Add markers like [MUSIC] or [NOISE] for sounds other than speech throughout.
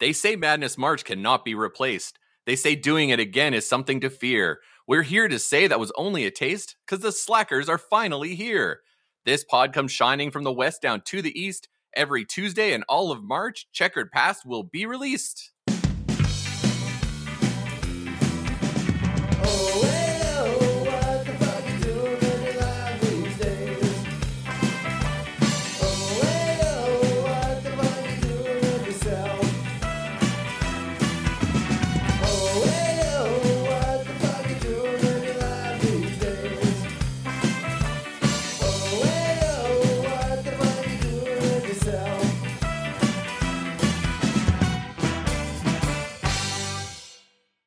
They say Madness March cannot be replaced. They say doing it again is something to fear. We're here to say that was only a taste because the slackers are finally here. This pod comes shining from the west down to the east. Every Tuesday and all of March, Checkered Past will be released.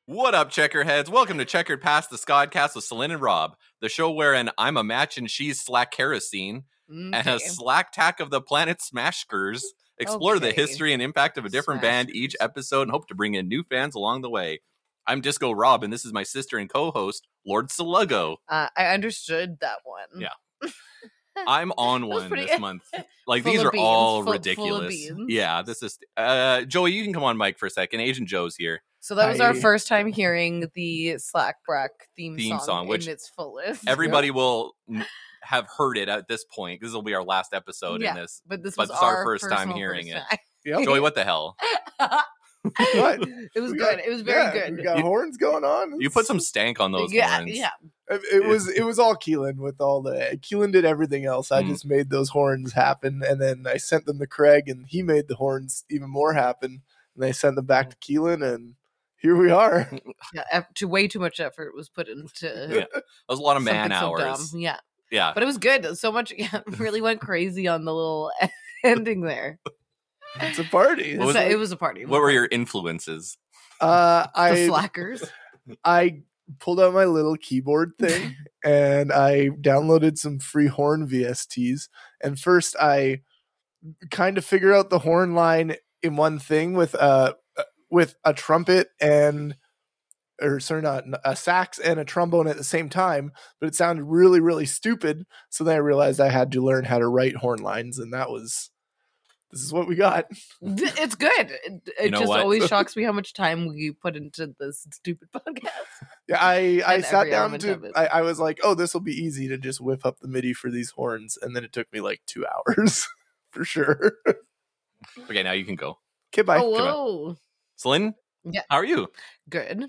What up, checkerheads? Welcome to Checkered Past the Scottcast with Celine and Rob, the show wherein I'm a match and she's slack kerosene, and a Mm, Okay. slack tack of the planet Smashkers. Explore the Okay. history and impact of a different band each Smashkers. episode and hope to bring in new fans along the way. I'm Disco Rob, and this is my sister and co host, Lord [LAUGHS] Saluggo. Uh, I understood that one. Yeah. I'm on That was one pretty- this [LAUGHS] month. Like, Full these of are beans, all full- full of ridiculous. beans. Yeah, this is. Uh, Joey, you can come on mic for a second. Agent Joe's here. So that was our I- first time hearing the Slack Brack theme, Theme song, song, which in its fullest. Everybody will n- have heard it at this point. This will be our last episode Yeah. in this. [LAUGHS] but this but was this is our our first time personal hearing first Yep. [LAUGHS] Joey, what the hell? [LAUGHS] time. What? It was We good. got- it was very yeah, good. We got You- horns going on. You put some stank on those yeah, horns. yeah. It, it was it was all Keelan with all the Keelan did everything else. I Mm. just made those horns happen, and then I sent them to Craig, and he made the horns even more happen. And I sent them Mm. back to Keelan, and here we are. yeah. eff- To way too much effort was put into Yeah. That was a lot of [LAUGHS] something man so hours. Uh dumb. Yeah, yeah. but it was good. So much. [LAUGHS] [LAUGHS] Yeah, really went crazy on the little [LAUGHS] ending there. It's a party. What was So it? it was a party. What were your influences? Uh, the I slackers? I pulled out my little keyboard thing, and I downloaded some free horn VSTs. And first, I kind of figure out the horn line in one thing with a with a trumpet and or sorry, not a sax and a trombone at the same time. But it sounded really, really stupid. So then I realized I had to learn how to write horn lines, and that was this is what we got. D- It's good. It, it know just what? [LAUGHS] always shocks me how much time we put into this stupid [LAUGHS] podcast. Yeah, I, I And sat every down element of to it. I, I was like, oh, this will be easy to just whip up the MIDI for these horns, and then it took me like two hours [LAUGHS] for sure. Okay, now you can go. okay, bye. oh, come on. whoa. Celine? Yeah. How are you? Good. Do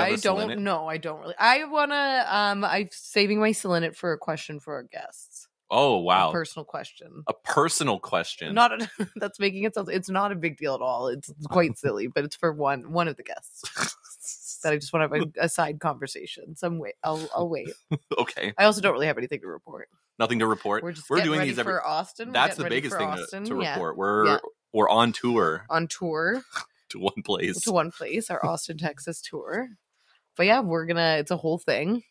you have I a Celine don't in? know. I don't really. I wanna. Um, I'm saving my selenit for a question for our guests. Oh, A wow. personal question. a personal question. Not a, [LAUGHS] that's making it sound. It's not a big deal at all. It's quite silly, but it's for one one of the guests that I just want to have [LAUGHS] a, a side conversation. Some way. I'll I'll wait. [LAUGHS] okay. I also don't really have anything to report. Nothing to report. We're just We're getting doing ready these every. for Austin. We're That's getting the ready biggest for thing to, Austin. to yeah. report. We're Yeah. we're on tour on tour. to one place. to one place, our Austin, Texas tour. But yeah, we're gonna. It's a whole thing.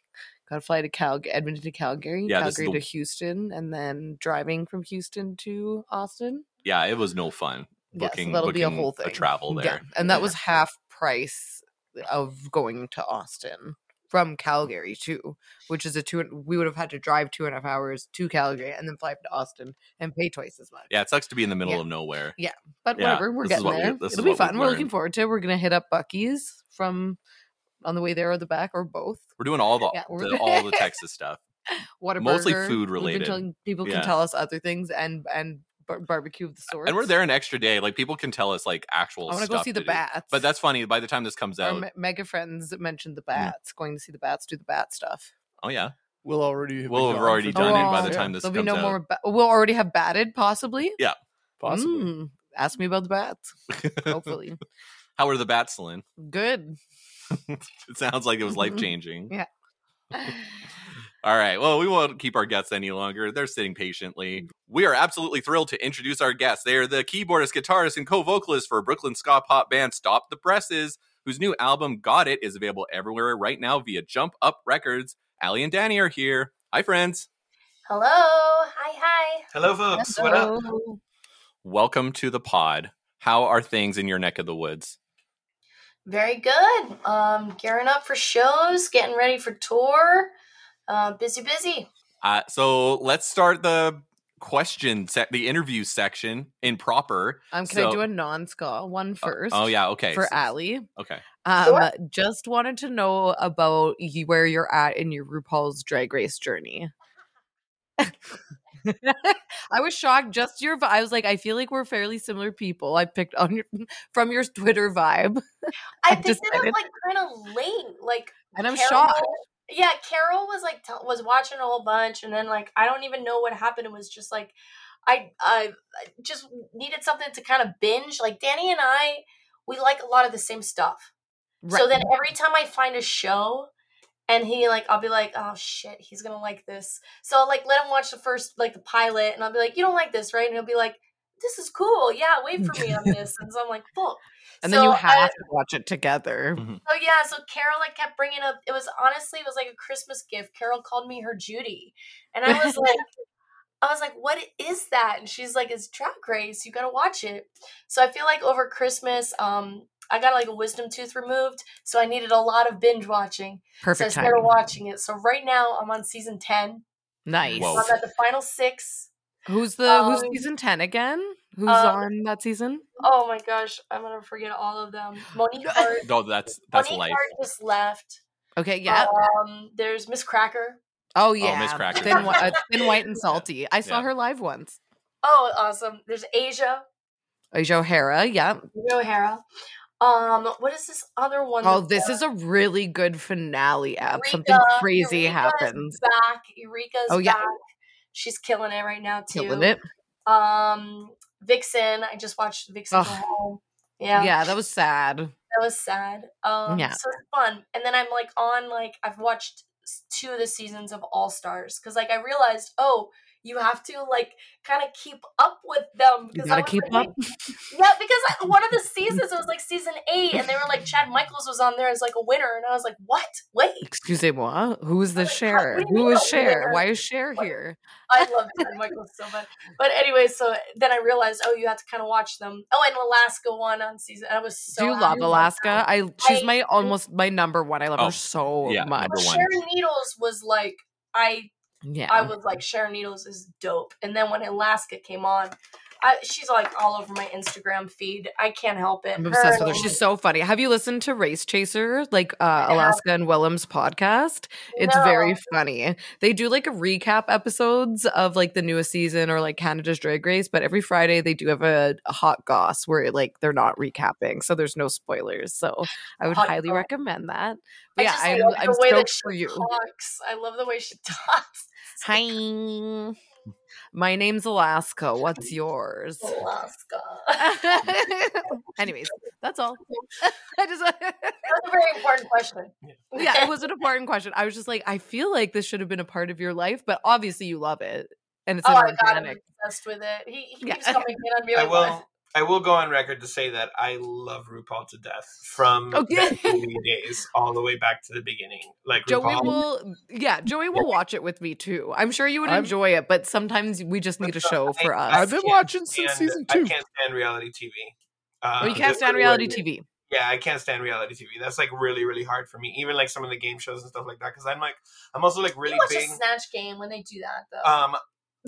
Got to fly to Calgary, Edmonton to Calgary, Yeah, this is Calgary the- to Houston, and then driving from Houston to Austin. yeah, it was no fun. yeah, Booking, so that'll booking be a whole thing. travel there. Yeah, and that was half price of going to Austin from Calgary too, which is a two. We would have had to drive two and a half hours to Calgary and then fly to Austin and pay twice as much. Yeah, it sucks to be in the middle Yeah. of nowhere. But Yeah, whatever, we're this is getting what we- there. this is It'll be what we've fun. We're looking learned. forward to it. We're gonna hit up Bucky's from on the way there or the back or both. We're doing all the, Yeah, we're- the [LAUGHS] all the Texas stuff. Whatever. Mostly food related. people Yeah. can tell us other things and and bar- barbecue of the sort. And we're there an extra day. Like people can tell us like actual I want to stuff. go see the to do. bats. But that's funny. By the time this comes our out, Mm. me- mega friends mentioned the bats. Going to see the bats do the bat stuff. oh yeah, We'll already have We'll been have gone already for done two it by the weeks. Oh, time this There'll comes be no out. more. Ba- we'll already have batted possibly. possibly. Mm, ask me about the bats. Hopefully, [LAUGHS] How are the bats, Lynn? good. It sounds like it was Mhm. life changing. Yeah. All right. Well, we won't keep our guests any longer. They're sitting Mm-hmm. patiently. We are absolutely thrilled to introduce our guests. They are the keyboardist, guitarist, and co vocalist for Brooklyn ska pop band Stop the Presses, whose new album Got It is available everywhere right now via Jump Up Records. Allie and Danny are here. Hi, friends. Hello. Hi, hi. Hello, folks. What up? Hello. Welcome to the pod. How are things in your neck of the woods? Very good. Um, gearing up for shows, getting ready for tour. Uh, busy, busy. Uh, so let's start the question set the interview section in proper. Um, can I So- do a non-ska one first? Oh yeah, okay. For so- Allie. Okay. Um, Sure. Just wanted to know about you, where you're at in your RuPaul's Drag Race journey. [LAUGHS] I was shocked. Just your, vi- I was like, I feel like we're fairly similar people. I picked on your, from your Twitter vibe, I I think that I'm decided- like kind of late. Like and I'm Carol- shocked. Yeah, Carol was like tell was watching a whole bunch, and then like I don't even know what happened. It was just like I I I just needed something to kind of binge. Like Danny and I, we like a lot of the same stuff. So then every time I find a show and he like I'll be like, "Oh shit, he's going to like this." So I'll like let him watch the first like the pilot and I'll be like, "You don't like this, right?" And he'll be like, "This is cool. Yeah, wait for [LAUGHS] me on this." And so I'm like, "Fuck." and then you so have I- to watch it together. So yeah, so Carol like kept bringing up it was honestly it was like a Christmas gift. Carol called me her Judy. And I [LAUGHS] was like I was like, "What is that?" And she's like, "It's Drag Race. You got to watch it." So I feel like over Christmas um I got like a wisdom tooth removed, so I needed a lot of binge watching. Perfect so I time. started watching it. So right now I'm on season ten. Nice. Whoa. I'm at the final six. Who's the who's Um, season ten again? Who's um, on that season? Oh my gosh, I'm gonna forget all of them. [GASPS] Monique Hart. No, that's that's Monique life. Hart just left. Okay, yeah. Um, there's Miss Cracker. oh Miss yeah. Cracker. Thin, [LAUGHS] whi- uh, thin white and salty. I saw Yeah. her live once. Oh, awesome. There's Asia. Asia O'Hara. Yeah. Asia O'Hara. Um, what is this other one? Oh, that's this is a really good finale app. Something Eureka. crazy Eureka is happens. back? Eureka's Oh, yeah. back. She's killing it right now too. Killing it. Um, Vixen. I just watched Vixen. Ugh. go home. Yeah. Yeah. that was sad. that was sad. Um, Yeah. so it's fun. And then I'm like on like I've watched s- two of the seasons of All Stars because like I realized oh you have to like kind of keep up with them. You 'cause gotta I was, keep like, up. [LAUGHS] Yeah, because I, one of the seasons it was like season eight, and they were like Chad Michaels was on there as like a winner, and I was like, what? Wait, Excuse moi. Who is the Oh my God, share? what do you Who mean is I'm share? here? Why is share What? here? I love Chad Michaels so much. But anyway, so then I realized oh you have to kind of watch them. Oh, and Alaska won on season. I was so Do you happy love about that. Alaska? I she's I- my almost my number one. I love Oh, her so yeah, much. number one. Sharon Needles was like I Yeah. I was like, Sharon Needles is dope. And then when Alaska came on, I, she's like all over my Instagram feed. I can't help it. I'm Her obsessed with and her. She's so funny. Have you listened to Race Chaser, like uh, No. Alaska and Willem's podcast? It's No. very funny. They do like a recap episodes of like the newest season or like Canada's Drag Race, but every Friday they do have a, a hot goss where like they're not recapping, so there's no spoilers. So I would Hot highly goss. recommend that. I But yeah, just I'm, love I'm the way that stoked she for you. talks. I love the way she [LAUGHS] [LAUGHS] talks. Hi. My name's Alaska. What's yours? Alaska. Oh. [LAUGHS] [LAUGHS] Anyways, that's all. [LAUGHS] I just That's a very important question. [LAUGHS] yeah, it was an important question. I was just like, I feel like this should have been a part of your life, but obviously you love it, and it's an oh my god, I'm organic. obsessed with it. He, he Yeah. keeps coming in [LAUGHS] on me I like, will. I will go on record to say that I love RuPaul to death from Okay. the TV days all the way back to the beginning. Like Joey RuPaul, will, yeah, Joey will watch it with me too. I'm sure you would I'm- enjoy it, but sometimes we just [LAUGHS] need a show for I- us. I've been can't watching and since season I two. can't stand reality TV. Um, Oh, you can't just stand the reality word- TV. Yeah, I can't stand reality TV. That's like really, really hard for me. Even like some of the game shows and stuff like that. Because I'm like, I'm also like really really watch big. a snatch game when they do that though. Um,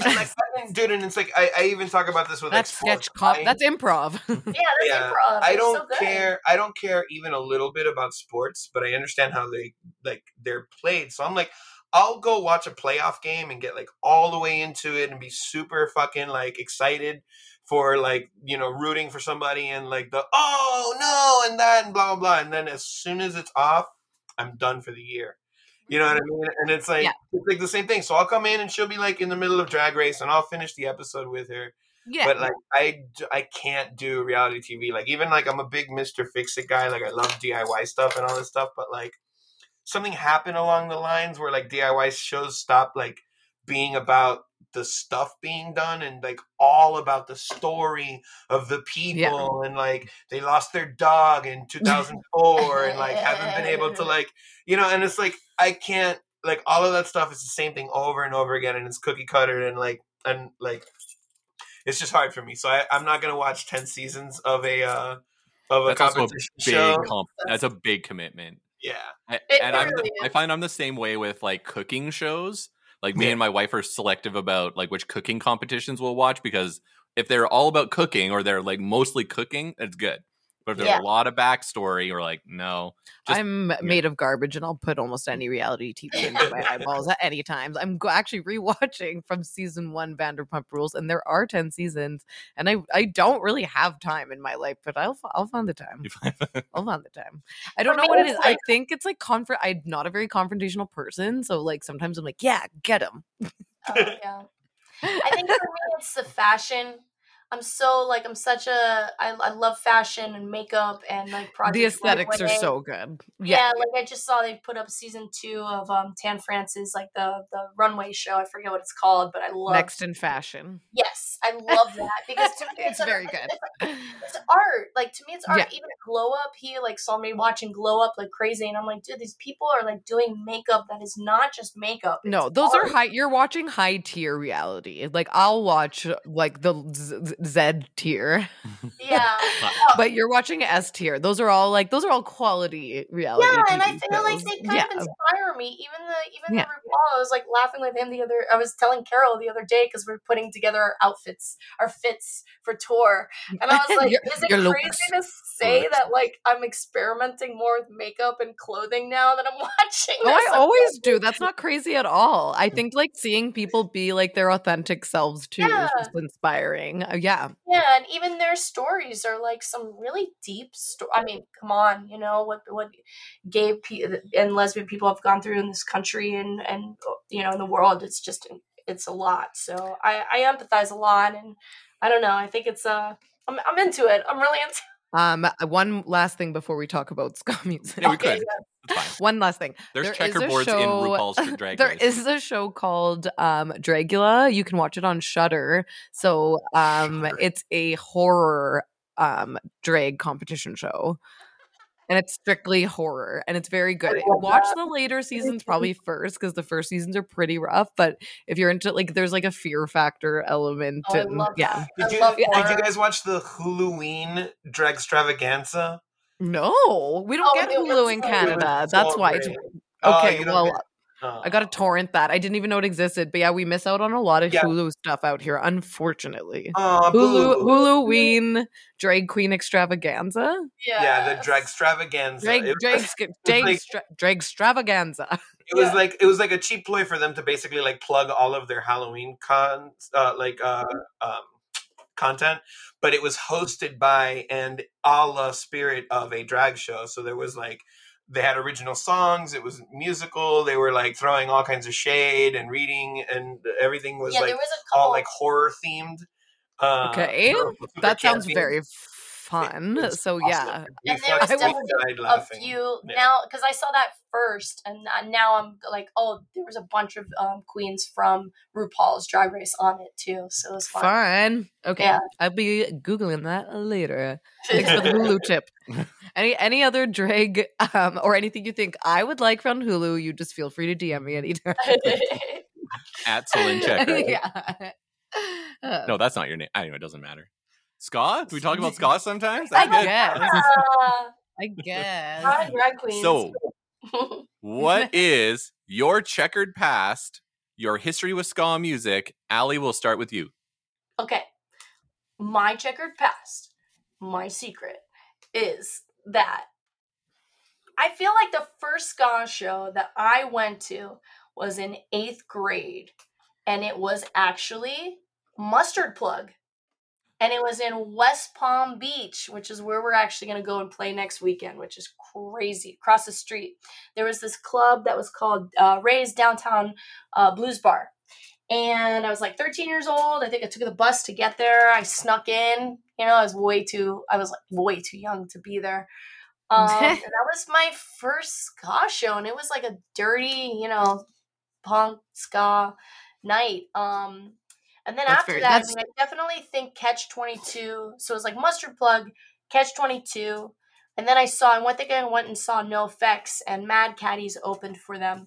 I'm like, [LAUGHS] [LAUGHS] dude, and it's like I, I even talk about this with That's like sports. sketch cop. I- That's improv. [LAUGHS] yeah, that's yeah, improv. I They're Um, so don't good. care. I don't care even a little bit about sports, but I understand how they like they're played. So I'm like, I'll go watch a playoff game and get like all the way into it and be super fucking like excited for like you know rooting for somebody and like the oh no and that and blah blah blah. And then as soon as it's off, I'm done for the year. You know what I Mm-hmm. mean? And it's like Yeah. it's like the same thing. So I'll come in and she'll be like in the middle of Drag Race, and I'll finish the episode with her yeah, but like I, d- I can't do reality TV. Like even like I'm a big Mister Fix It guy. Like I love DIY stuff and all this stuff. But like something happened along the lines where like DIY shows stopped like being about the stuff being done and like all about the story of the people and like they lost their dog in 2004 and like haven't been able to like you know and it's like I can't like all of that stuff is the same thing over and over again and it's cookie cutter and like and like it's just hard for me. So I, I'm not gonna watch ten seasons of a uh, of a That's also a competition show. big comp- that's a big commitment. yeah, I, It and I'm, really I is. find I'm the same way with like cooking shows. Like me Yeah. and my wife are selective about like which cooking competitions we'll watch because if they're all about cooking or they're like mostly cooking, it's good. But if there's Yeah. a lot of backstory or like no, [LAUGHS] Just- I'm made of garbage, and I'll put almost any reality TV into my eyeballs at any time. I'm go- actually rewatching from season one Vanderpump Rules, and there are ten seasons, and I I don't really have time in my life, but I'll f- I'll find the time. I'll find the time. I don't For know me, what it it's is. I like- think it's like confront. I'm not a very confrontational person, so like sometimes I'm like, yeah, get him. Oh, yeah. [LAUGHS] I think for me, it's the fashion. I'm so like I'm such a I, I love fashion and makeup and like Project the aesthetics are Runway. so good. yeah. Yeah, like I just saw they put up season two of um Tan France's like the the runway show. I forget what it's called, but I love next in fashion. Yes, I love that because to me it's an- very good. [LAUGHS] It's art. Like to me, it's art. Yeah. Even at glow up, he like saw me watching glow up like crazy, and I'm like, dude, these people are like doing makeup that is not just makeup. [LAUGHS] No, it's those are art. high. You're watching high tier reality. Like I'll watch uh, like the Z, Z tier, [LAUGHS] Yeah, but you're watching S tier. Those are all like those are all quality reality. yeah, and I TV feel like shows. they kind yeah. of inspire me. Even the even Yeah. the RuPaul, I was like laughing with him the other. I was telling Carol the other day because we're putting together our outfits, our fits [LAUGHS] for tour, and I was like, Your- is it your crazy looks. to say looks. that like I'm experimenting more with makeup and clothing now that I'm [LAUGHS] watching? Oh, this? I always do. That's not crazy at all. I think like seeing people be like their authentic selves too Yeah. is just inspiring. Uh, yeah. Yeah, and even their stories are like some really deep story. I mean, come on, you know what what gay pe- and lesbian people have gone through in this country and and uh, you know in the world. It's just it's a lot. So I I empathize a lot, and I don't know. I think it's uh I'm I'm into it. I'm really into. Um. One last thing before we talk about [LAUGHS] ska music. Yeah, we Okay, could. It's fine. One last thing. There's There is a checkerboards in show- RuPaul's Drag [LAUGHS] There Race. is a show called um, Dragula. You can watch it on Shudder. So um, Shudder. it's a horror um, drag competition show. And it's strictly horror and it's very good. love Watch that. the later seasons probably first because the first seasons are pretty rough. But if you're into like, there's like a fear factor element. Oh, [LAUGHS] I and- love yeah. that. Did I you, love did you horror. guys watch the Halloween drag extravaganza? No, we don't Oh, get dude, it's Hulu in so- Canada. That's why. It's, Oh, Oh, okay, well, Uh. I got to torrent that. I didn't even know it existed. But yeah, we miss out on a lot of Yeah. Hulu stuff out here, unfortunately. Oh, Hulu, boo. Halloween drag queen extravaganza, Yeah, the drag Yes. extravaganza. drag [LAUGHS] it, drag was, sc- drag like- stra- drag extravaganza. [LAUGHS] it was yeah. like it was like a cheap ploy for them to basically like plug all of their Halloween con uh, like uh, Mm-hmm. um, content, but it was hosted by and a la spirit of a drag show. So there was like they had original songs. It was musical. They were like throwing all kinds of shade and reading, and everything was Yeah, like there was a couple. all like horror themed. Uh, Okay, or super That sounds campy. very It fun. was So awesome. yeah, We And there fucking was definitely died a laughing. few Yeah. now because I saw that first, and uh, now I'm like, oh, there was a bunch of um, queens from RuPaul's Drag Race on it too, so it was fun. [LAUGHS] fun. Okay, Yeah. I'll be googling that [LAUGHS] later. Thanks for the Hulu tip. Any any other drag um, or anything you think I would like from Hulu, you just feel free to DM me anytime. [LAUGHS] At Celine Check, right? yeah. Uh, No, that's not your name. Anyway, it doesn't matter. Ska? Do we talk [LAUGHS] about ska sometimes? I That's good. guess. Ah, I lot guess. of drag queens. So, [LAUGHS] what is your checkered past, your history with ska music? Allie, we'll start with you. okay, my checkered past, my secret is that I feel like the first ska show that I went to was in eighth grade, and it was actually Mustard Plug. And it was in West Palm Beach, which is where we're actually going to go and play next weekend, which is crazy. Across the street, there was this club that was called uh, Ray's Downtown uh, Blues Bar. And I was like 13 years old. I think I took the bus to get there. I snuck in. You know, I was way too, I was like way too young to be there. Um, and that was my first ska show, and it was like a dirty, you know, punk ska night. Um, and then That's after very- that, I, that's- mean, I definitely think Catch Twenty Two. So it was like Mustard Plug, Catch Twenty Two, and then I saw. I went think I went and saw No Effects and Mad Caddies opened for them,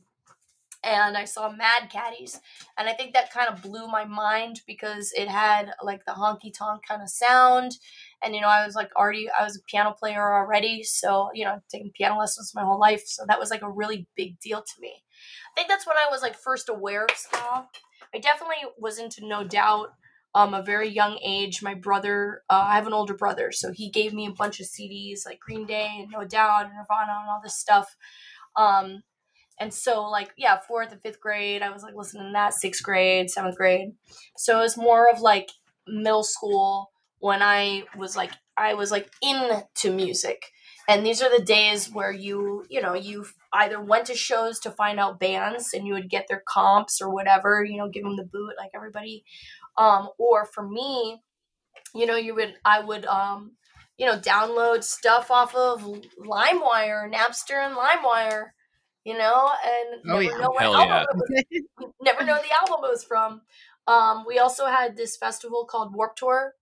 and I saw Mad Caddies, and I think that kind of blew my mind because it had like the honky tonk kind of sound and you know i was like already i was a piano player already so you know i've taken piano lessons my whole life so that was like a really big deal to me i think that's when i was like first aware of ska i definitely was into no doubt um, a very young age my brother uh, i have an older brother so he gave me a bunch of cds like green day and no doubt and nirvana and all this stuff um, and so, like, yeah, fourth and fifth grade, I was like listening to that, sixth grade, seventh grade. So it was more of like middle school when I was like, I was like into music. And these are the days where you, you know, you either went to shows to find out bands and you would get their comps or whatever, you know, give them the boot like everybody. Um, or for me, you know, you would, I would, um, you know, download stuff off of LimeWire, Napster and LimeWire you know, and Oh, never yeah. know what Hell album yeah. it was, never know the album it was from. Um, we also had this festival called Warp Tour.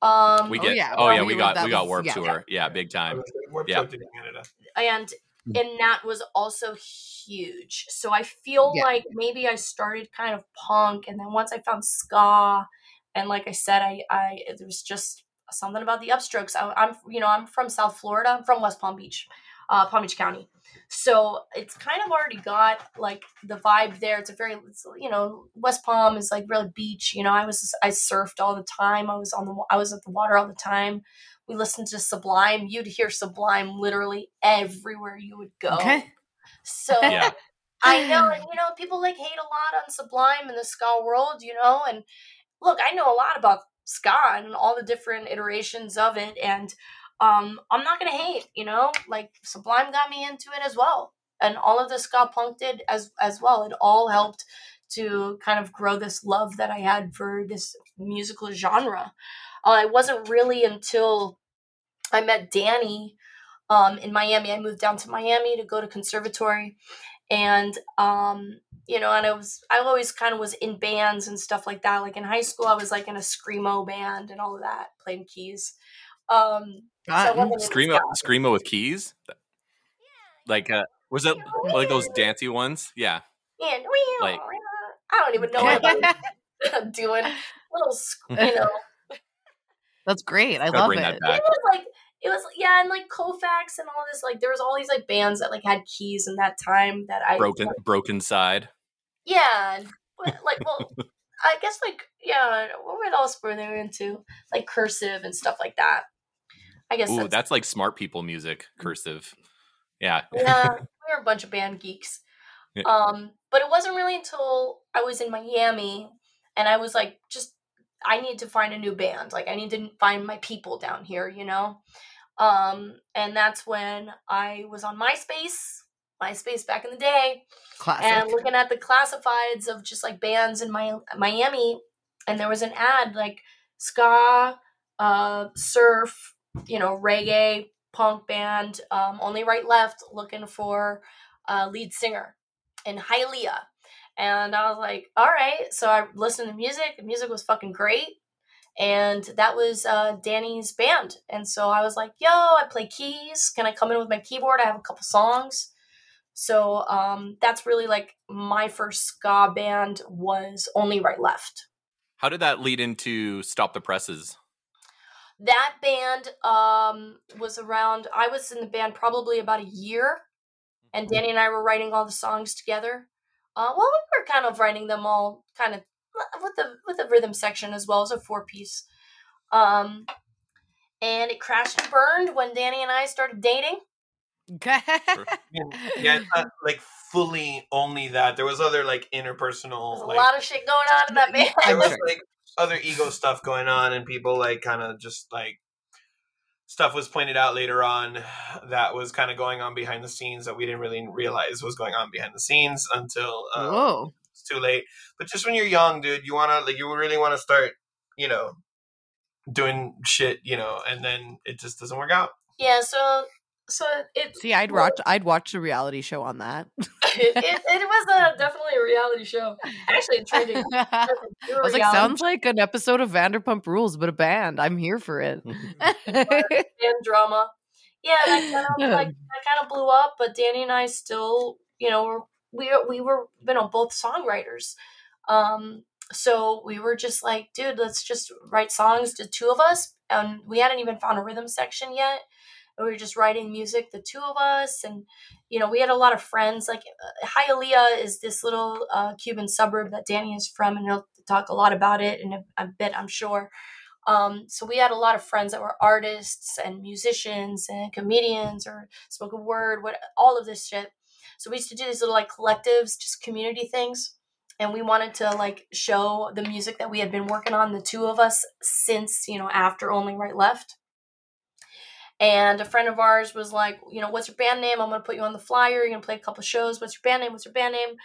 Um, We Oh, get. Oh yeah, yeah, well, we, we- got that we got was- Warp yeah. Tour. Yeah, big I time. was like, we're Yeah. up to Canada. and Mm. and that was also huge. So I feel Yeah. like maybe I started kind of punk, and then once I found ska, and like I said, I I there was just something about the upstrokes. I, I'm you know I'm from South Florida. I'm from West Palm Beach, uh, Palm Beach County. So it's kind of already got like the vibe there. It's a very it's, you know West Palm is like really beach. You know I was I surfed all the time. I was on the wa- I was at the water all the time we listened to Sublime. You'd hear Sublime literally everywhere you would go. So Yeah. [LAUGHS] I know, and you know, people like hate a lot on Sublime and the ska world, you know. And look, I know a lot about ska and all the different iterations of it, and um, I'm not gonna hate, you know. Like Sublime got me into it as well, and all of the ska punk did as as well. It all helped to kind of grow this love that I had for this musical genre. Uh, it wasn't really until I met Danny um, in Miami. I moved down to Miami to go to conservatory, and um, you know, and I was I always kind of was in bands and stuff like that. Like in high school, I was like in a screamo band and all of that, playing keys. Um, so I God. wasn't into Screamo, ska. screamo with keys. Like, uh, was it like those dancey ones? Yeah. And like- [LAUGHS] I don't even know what I'm [LAUGHS] doing. Little, sc- you know, [LAUGHS] That's great. I Gotta love bring it. that back. it was like it was yeah, and like Kofax and all this like there was all these like bands that like had keys in that time that I Broken, broken side. [LAUGHS] Yeah, and, well, like well, I guess like yeah, what were else were they into? Like cursive and stuff like that. I guess Ooh, that's, that's like smart people music. Mm-hmm. Cursive. Yeah. yeah, we were a bunch of band geeks. Yeah. Um, but it wasn't really until I was in Miami and I was like, just I need to find a new band. Like I need to find my people down here, you know. Um, and that's when I was on MySpace. MySpace back in the day, and Classic. looking at the classifieds of just like bands in my Miami, and there was an ad like ska, uh, surf, you know, reggae, punk band, um, only right left, looking for a lead singer in Hylia. And I was like, all right. So I listened to music. The music was fucking great. And that was uh, Danny's band. And so I was like, yo, I play keys. Can I come in with my keyboard? I have a couple songs. So um, that's really like my first ska band was Only Right Left. How did that lead into Stop the Presses? That band um, was around, I was in the band probably about a year, and Danny and I were writing all the songs together. Uh, well, we were kind of writing them all kind of with the with the rhythm section as well as a four piece. Um, and it crashed and burned when Danny and I started dating. [LAUGHS] [LAUGHS] Yeah, it's not like fully only that. There was other like interpersonal, There's a like lot of shit going on in that band. [LAUGHS] there I'm was sure. like other ego stuff going on, and people like kind of just like stuff was pointed out later on that was kind of going on behind the scenes that we didn't really realize was going on behind the scenes until uh, Whoa. it's too late. But just when you're young, dude, you wanna like you really want to start, you know, doing shit, you know, and then it just doesn't work out. Yeah, so so it See, I'd watch. I'd watch a reality show on that. [LAUGHS] it, it, it was a, definitely a reality show. Actually, it's trending. [LAUGHS] I was like, sounds like an episode of Vanderpump Rules, but a band. I'm here [LAUGHS] for it. [LAUGHS] and drama. Yeah, that kind of like that kind of blew up. But Danny and I still, you know, were, we we were you know both songwriters, um, so we were just like, dude, let's just write songs to two of us and we hadn't even found a rhythm section yet. And we were just writing music, the two of us, and you know we had a lot of friends. Like uh, Hialeah is this little uh, Cuban suburb that Danny is from, and he'll talk a lot about it in a, a bit, I'm sure. Um, so we had a lot of friends that were artists and musicians and comedians or spoken word, what all of this shit. So we used to do these little like collectives, just community things, and we wanted to like show the music that we had been working on, the two of us, since you know after Only Right Left. And a friend of ours was like, you know, what's your band name? I'm gonna put you on the flyer. You're gonna play a couple shows. What's your band name? What's your band name?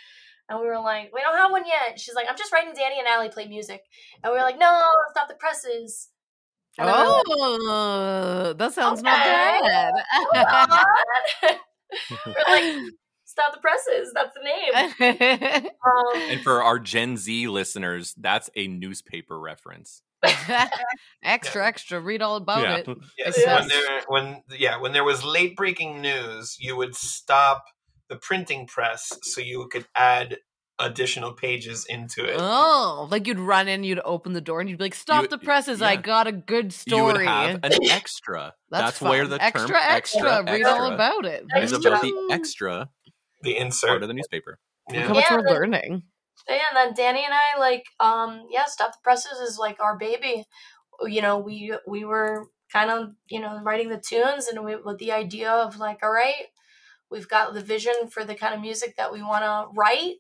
And we were like, we don't have one yet. She's like, I'm just writing Danny and Allie play music. And we were like, no, stop the presses. And I was Oh, that sounds Okay. not like, "What?" we're [LAUGHS] like, stop the presses. That's the name. bad. [LAUGHS] And Um, for our Gen Z listeners, that's a newspaper reference. extra, extra. Read all about Yeah. it. Yes, Yes. when there when yeah, when there was late breaking news, you would stop the printing press so you could add additional pages into it. Oh, like you'd run in, you'd open the door, and you'd be like, "Stop would- the presses! I yeah. got a good You story." would have an extra. That's, where fun. the term extra, extra, Read all about it. is about the extra Extra. The part insert. of the newspaper. Look Yeah. how much Yeah, we're but- learning. yeah, and then Danny and I like, um, yeah, stop the presses is like our baby. You know, we we were kind of you know writing the tunes and we with the idea of like, all right, we've got the vision for the kind of music that we want to write.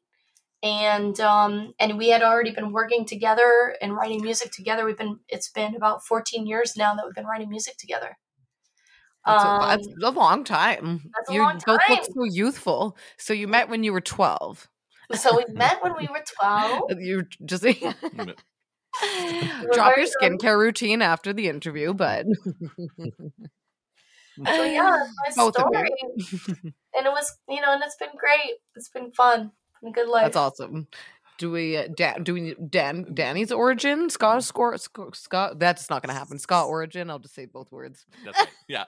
And um, and we had already been working together and writing music together. We've been it's been about fourteen years now that we've been writing music together. That's, Um, a, that's a long time. That's a you long both look time. so youthful. So you met when you were twelve. so we met when we were twelve. [LAUGHS] You were just Mm. drop very your young. skincare routine after the interview, but [LAUGHS] So yeah, that's my Both of you. story. and it was you know and it's been great it's been fun and good life That's awesome. Do we uh, Dan, do we Dan Danny's origin Mm. Scott score Scott? That's not going to happen. Scott origin. I'll just say both words. That's right. [LAUGHS] Yeah.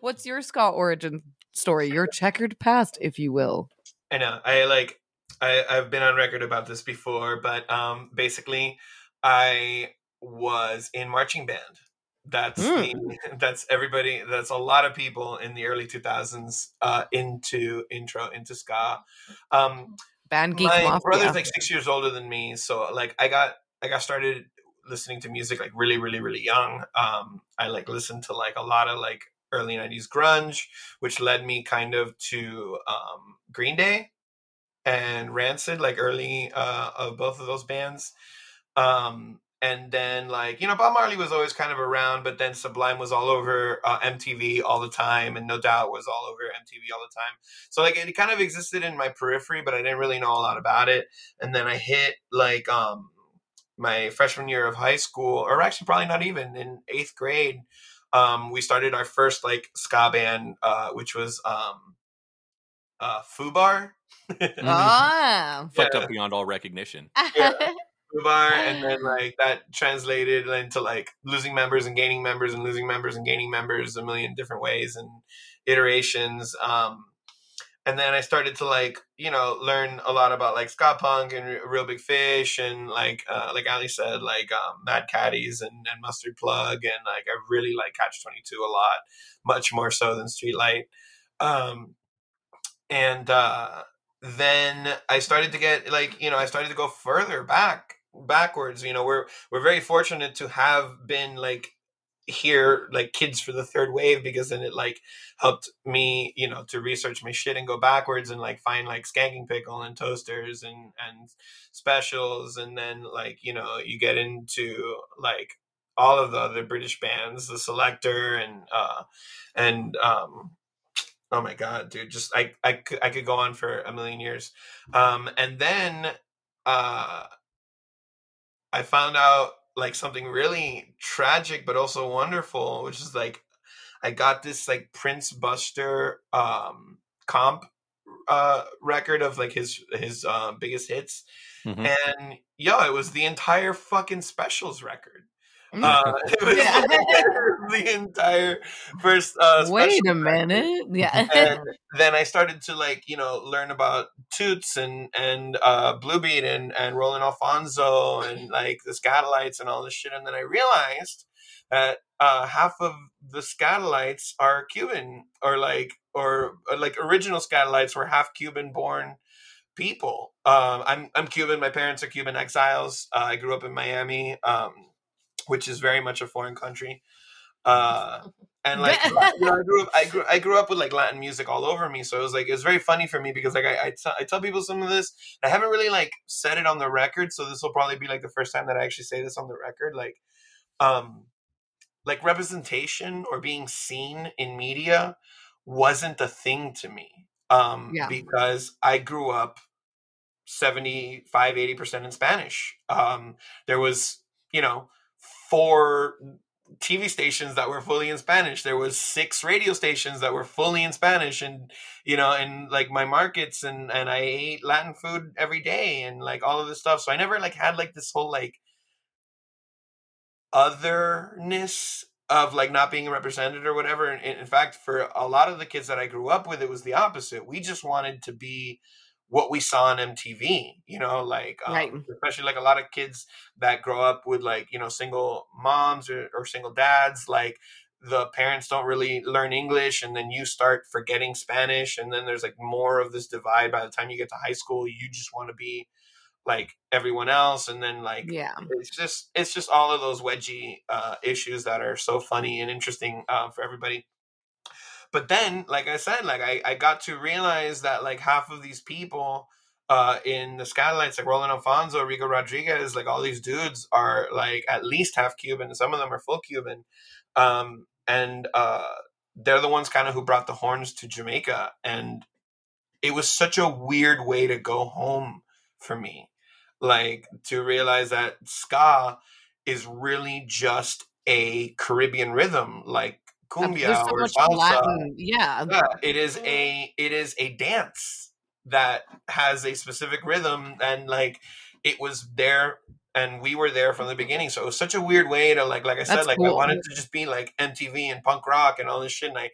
What's your Scott origin story? Your checkered past, if you will. I know. I like. I, I've been on record about this before, but um, basically, I was in marching band. That's the, [LAUGHS] that's everybody. That's a lot of people in the early two thousands uh, into intro into ska. Um, Band geek my mafia. brother's like six years older than me, so like I got I got started listening to music like really, really, really young. Um, I like listened to like a lot of like early '90s grunge, which led me kind of to um, Green Day and Rancid, like early uh, of both of those bands. Um, and then like you know, Bob Marley was always kind of around, but then Sublime was all over uh, MTV all the time, and No Doubt was all over MTV all the time. So like it kind of existed in my periphery, but I didn't really know a lot about it. And then I hit like um my freshman year of high school, or actually probably not even in eighth grade, um, we started our first like ska band, uh, which was um uh Fubar. Mm-hmm. ah. Fucked up beyond all recognition. Yeah. Fubar, and then like that translated into like losing members and gaining members and losing members and gaining members a million different ways and iterations. Um, and then I started to like you know learn a lot about like ska punk and Re- Real Big Fish and like uh, like Ali said like um, Mad Caddies and, and Mustard Plug and like I really like Catch Twenty Two a lot, much more so than Streetlight. Um, and uh, then I started to get like you know I started to go further back backwards. You know we're we're very fortunate to have been like here like kids for the third wave because then it like helped me you know to research my shit and go backwards and like find like skanking pickle and toasters and and specials and then like you know you get into like all of the other british bands the selector and uh and um oh my god dude just i i could, I could go on for a million years um and then uh i found out like something really tragic but also wonderful which is like i got this like prince buster um comp uh record of like his his uh, biggest hits Mhm. and yo it was the entire fucking specials record Mm. uh, [LAUGHS] it was Yeah. the entire first uh Wait a specials record minute. Yeah. and then I started to like you know learn about Toots and and uh, Bluebeat and and Roland Alfonso and like the Scatolites and all this shit, and then I realized that uh, half of the Scatolites are Cuban or like or, or like original Scatolites were half Cuban born people. Um, I'm I'm Cuban. My parents are Cuban exiles. Uh, I grew up in Miami, um, which is very much a foreign country. Uh, and like you know, I grew up, I grew, I grew up with like Latin music all over me. So it was like it was very funny for me because like I I te- I tell people some of this. And I haven't really like said it on the record, so this will probably be like the first time that I actually say this on the record. Like, um, like representation or being seen in media wasn't a thing to me. Um, Yeah. because I grew up 75, 80% in Spanish. Um, there was, you know, four TV stations that were fully in Spanish. There was six radio stations that were fully in Spanish and you know and like my markets and and I ate Latin food every day and like all of this stuff. So I never like had like this whole like otherness of like not being represented or whatever. And in in fact, for a lot of the kids that I grew up with, it was the opposite. We just wanted to be what we saw on MTV, you know, like um, Right. especially like a lot of kids that grow up with like you know single moms or, or single dads like the parents don't really learn english and then you start forgetting spanish and then there's like more of this divide by the time you get to high school you just want to be like everyone else and then like yeah. it's just it's just all of those wedgie uh, issues that are so funny and interesting uh, for everybody but then like i said like I, I got to realize that like half of these people uh in the skylights like roland alfonso rico rodriguez like all these dudes are like at least half cuban some of them are full cuban um and uh they're the ones kind of who brought the horns to jamaica and it was such a weird way to go home for me like to realize that ska is really just a caribbean rhythm like cumbia There's so or much salsa Latin. Yeah. yeah, it is a it is a dance that has a specific rhythm and like it was there and we were there from the beginning so it was such a weird way to like like i said That's like i cool. wanted to just be like mtv and punk rock and all this shit and i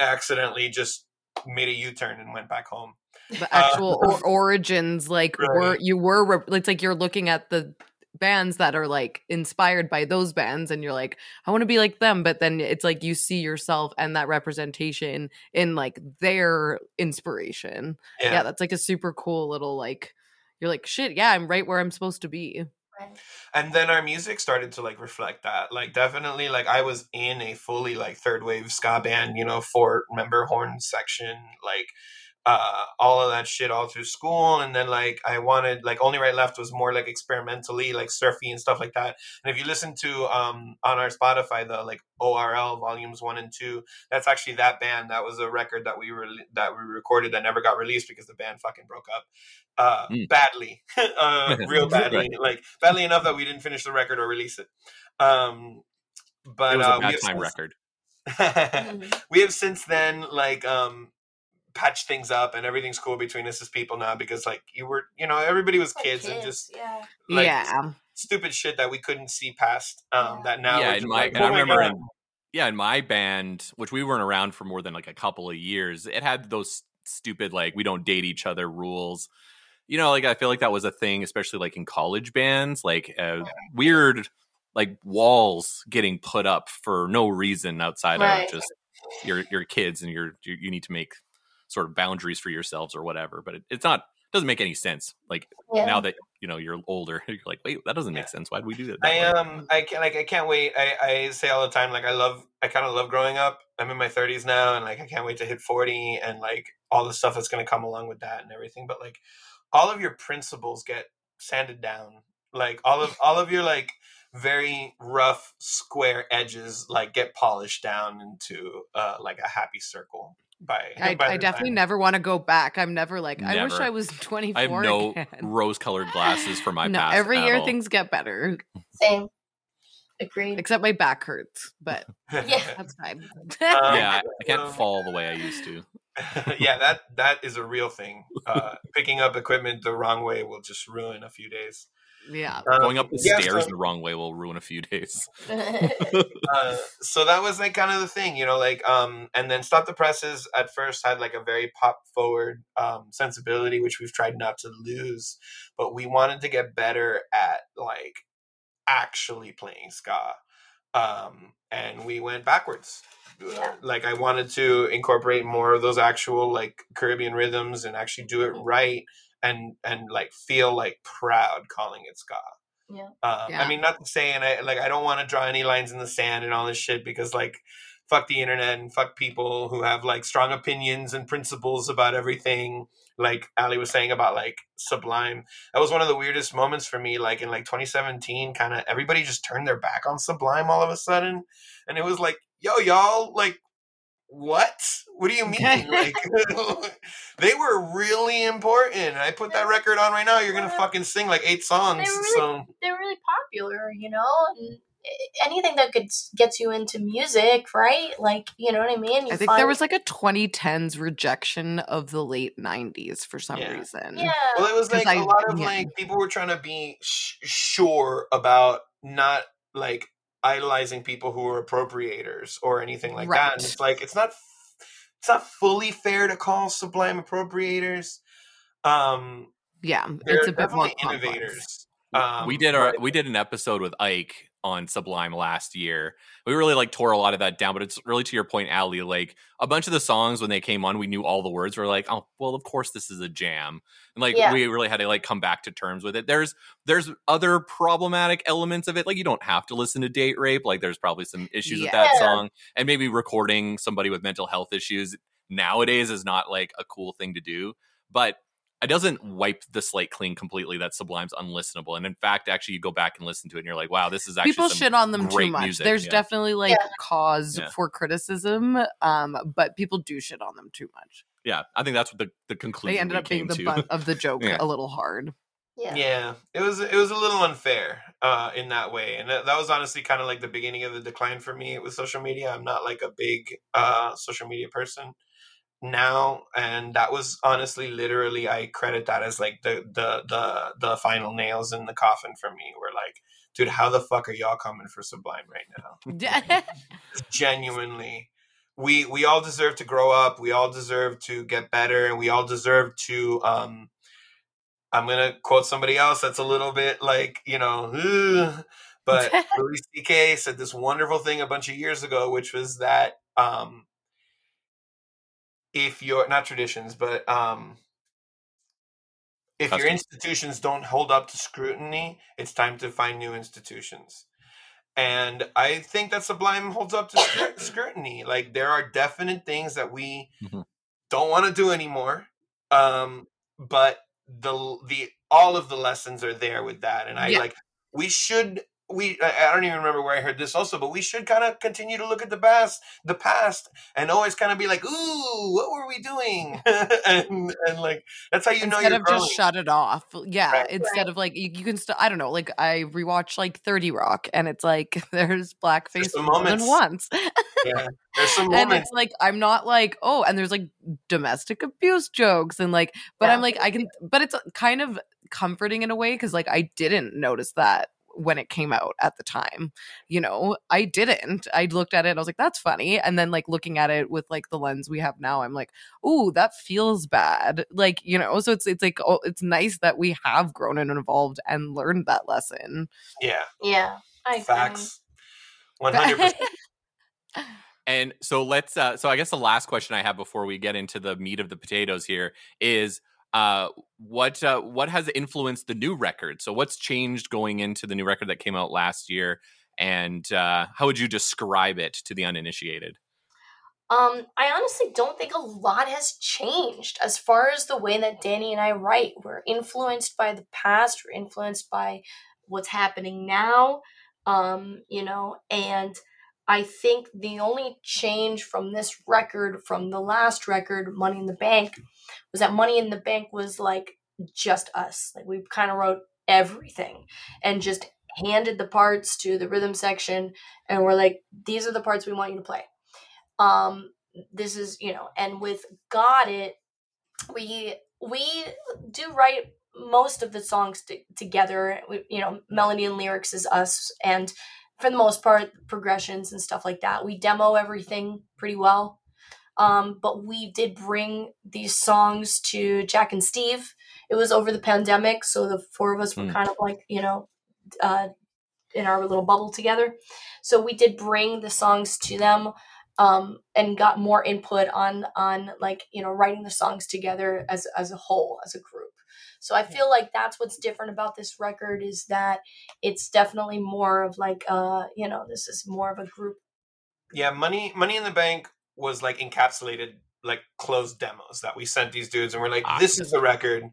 accidentally just made a u-turn and went back home the Uh, actual [LAUGHS] or- origins like Right. were you were rep- it's like you're looking at the bands that are like inspired by those bands and you're like i want to be like them but then it's like you see yourself and that representation in like their inspiration yeah, yeah. that's like a super cool little like you're like shit yeah i'm right where i'm supposed to be [LAUGHS] and then our music started to like reflect that like definitely like i was in a fully like third wave ska band you know four member horn section like uh all of that shit all through school and then like i wanted like only right left was more like experimentally like surfy and stuff like that and if you listen to um on our spotify the like orl volumes one and two that's actually that band that was a record that we were that we recorded that never got released because the band fucking broke up uh Mm. badly [LAUGHS] [LAUGHS] uh real badly like badly enough that we didn't finish the record or release it um but it was uh, a we bad have time [LAUGHS] since- record. Hmm. mm, we have since then like um patched things up and everything's cool between us as people now because like you were you know everybody was Like kids, and just yeah. like yeah stupid shit that we couldn't see past um Yeah. that now Yeah, we're and just my- like, and I "Oh my remember God." in- yeah, in my band, which we weren't around for more than like a couple of years, it had those stupid like we don't date each other rules. You know, like I feel like that was a thing, especially like in college bands, like uh, weird like walls getting put up for no reason outside Right. of just your your kids and your you you need to make sort of boundaries for yourselves or whatever. But it, it's not doesn't make any sense. Like Yeah. now that you know you're older, [LAUGHS] you're like, wait, that doesn't make sense. Why did we do that? that I way?" um I can like I can't wait. I, I say all the time like I love I kind of love growing up. I'm in my 30s now and like I can't wait to hit 40 and like all the stuff that's going to come along with that and everything. But like all of your principles get sanded down. Like all of all of your like very rough square edges like get polished down into uh like a happy circle by [LAUGHS] i, by I the definitely time- never want to go back i'm never like i wish Never. i was [LAUGHS] 24 I have no again. rose-colored glasses for my [LAUGHS] no past. every at year all. things get better Same. Agreed. except my back hurts, but Yeah. that's fine. Um, Yeah, I um, can't fall the way I used to. [LAUGHS] yeah, that that is a real thing. Uh, picking up equipment the wrong way will just ruin a few days. [LAUGHS] yeah. Um, Going up the yeah, stairs [LAUGHS] So, the wrong way will ruin a few days. [LAUGHS] uh, so that was like kind of the thing, you know, like um, and then stop the presses at first had like a very pop forward um, sensibility, which we've tried not to lose, but we wanted to get better at like actually playing ska. um, and we went backwards. Uh, Yeah. Like I wanted to incorporate more of those actual like Caribbean rhythms and actually do Mm-hmm. it right and and like feel like proud calling it ska. Yeah. Um, Yeah. I mean, not to say, and I like I don't want to draw any lines in the sand and all this shit because like fuck the internet and fuck people who have like strong opinions and principles about everything. Like Ali was saying about like Sublime, that was one of the weirdest moments for me. Like in like 2017, kind of everybody just turned their back on Sublime all of a sudden, and it was like, yo, y'all, like what? What do you mean? like [LAUGHS] they were really important. I put that record on right now. You're gonna Yeah. fucking sing like eight songs. They were So [LAUGHS] they're really popular, you know, and anything that could gets you into music, right? Like, you know what I mean? You I think find- there was like a 2010s rejection of the late 90s for some Yeah. reason. yeah, well, it was 'Cause like I- a lot of yeah. like people were trying to be sh- sure about not like idolizing people who were appropriators or anything like that. And Right. it's like it's not it's not fully fair to call Sublime appropriators. Um, Yeah, they're it's a bit more definitely complex. innovators. Um, we did our but- we did an episode with Ike on Sublime last year. We really like tore a lot of that down, but it's really to your point, Ali. Like a bunch of the songs when they came on, we knew all the words. We are like, oh, well, of course this is a jam, and like Yeah. we really had to like come back to terms with it. There's there's other problematic elements of it. Like you don't have to listen to date rape. Like there's probably some issues with that Yeah. song, and maybe recording somebody with mental health issues nowadays is not like a cool thing to do, but it doesn't wipe the slate clean completely that Sublime's unlistenable. And in fact, actually, you go back and listen to it, and you're like, wow, this is actually People some shit on them too great much. music, There's yeah. definitely like cause Yeah. for criticism, um, but people do shit on them too much. yeah. I think that's what the the conclusion They ended we up being came the to. butt of the joke Yeah. a [LAUGHS] little hard. [LAUGHS] yeah, yeah it was it was a little unfair uh in that way and that, that was honestly kind of like the beginning of the decline for me with social media i'm not like a big uh social media person now and that was honestly literally i credit that as like the the the the final nails in the coffin for me were like dude how the fuck are y'all coming for sublime right now genuinely we we all deserve to grow up we all deserve to get better and we all deserve to um i'm gonna quote somebody else that's a little bit like you know "Ugh," but louis ck said this wonderful thing a bunch of years ago which was that um if you're not traditions but um if your Customs. institutions don't hold up to scrutiny it's time to find new institutions and I think that Sublime holds up [COUGHS] to scru- scrutiny. Like there are definite things that we Mm-hmm. Mhm. don't want to do anymore, um, but the l- the all of the lessons are there with that. And I Yeah. like we should we I I don't even remember where I heard this also, but we should kind of continue to look at the past, the past, and always kind of be like, ooh, what were we doing? [LAUGHS] and and like that's how you know instead you're of growing. just shut it off. Yeah, Right. instead of like you, you can still I don't know, like I rewatch like 30 Rock and it's like [LAUGHS] there's blackface There's some more than moments. once. yeah. There's some and moments. it's like I'm not like oh, and there's like domestic abuse jokes and like, but Yeah. I'm like I can, but it's kind of comforting in a way because like I didn't notice that when it came out at the time you know i didn't i looked at it and i was like that's funny and then like looking at it with like the lens we have now i'm like ooh that feels bad like you know so it's it's like oh it's nice that we have grown and evolved and learned that lesson Yeah. yeah. I um, agree. Facts. One hundred [LAUGHS] percent. [LAUGHS] And so let's. Uh, so I guess the last question I have before we get into the meat of the potatoes here is uh, what uh, what has influenced the new record? So what's changed going into the new record that came out last year, and uh, how would you describe it to the uninitiated? Um, I honestly don't think a lot has changed as far as the way that Danny and I write. We're influenced by the past, we're influenced by what's happening now, um, you know, and I think the only change from this record, from the last record, Money in the Bank, was that Money in the Bank was like just us. Like we kind of wrote everything and just handed the parts to the rhythm section and we're like, these are the parts we want you to play um this is you know and with got it we we do write most of the songs t- together we, you know melody and lyrics is us and for the most part progressions and stuff like that we demo everything pretty well um but we did bring these songs to jack and steve it was over the pandemic so the four of us were Mm. kind of like you know uh in our little bubble together. So we did bring the songs to them um, and got more input on on like you know writing the songs together as as a whole as a group. So I feel like that's what's different about this record is that it's definitely more of like uh you know this is more of a group yeah money money in the bank was like encapsulated like closed demos that we sent these dudes and we're like this is the record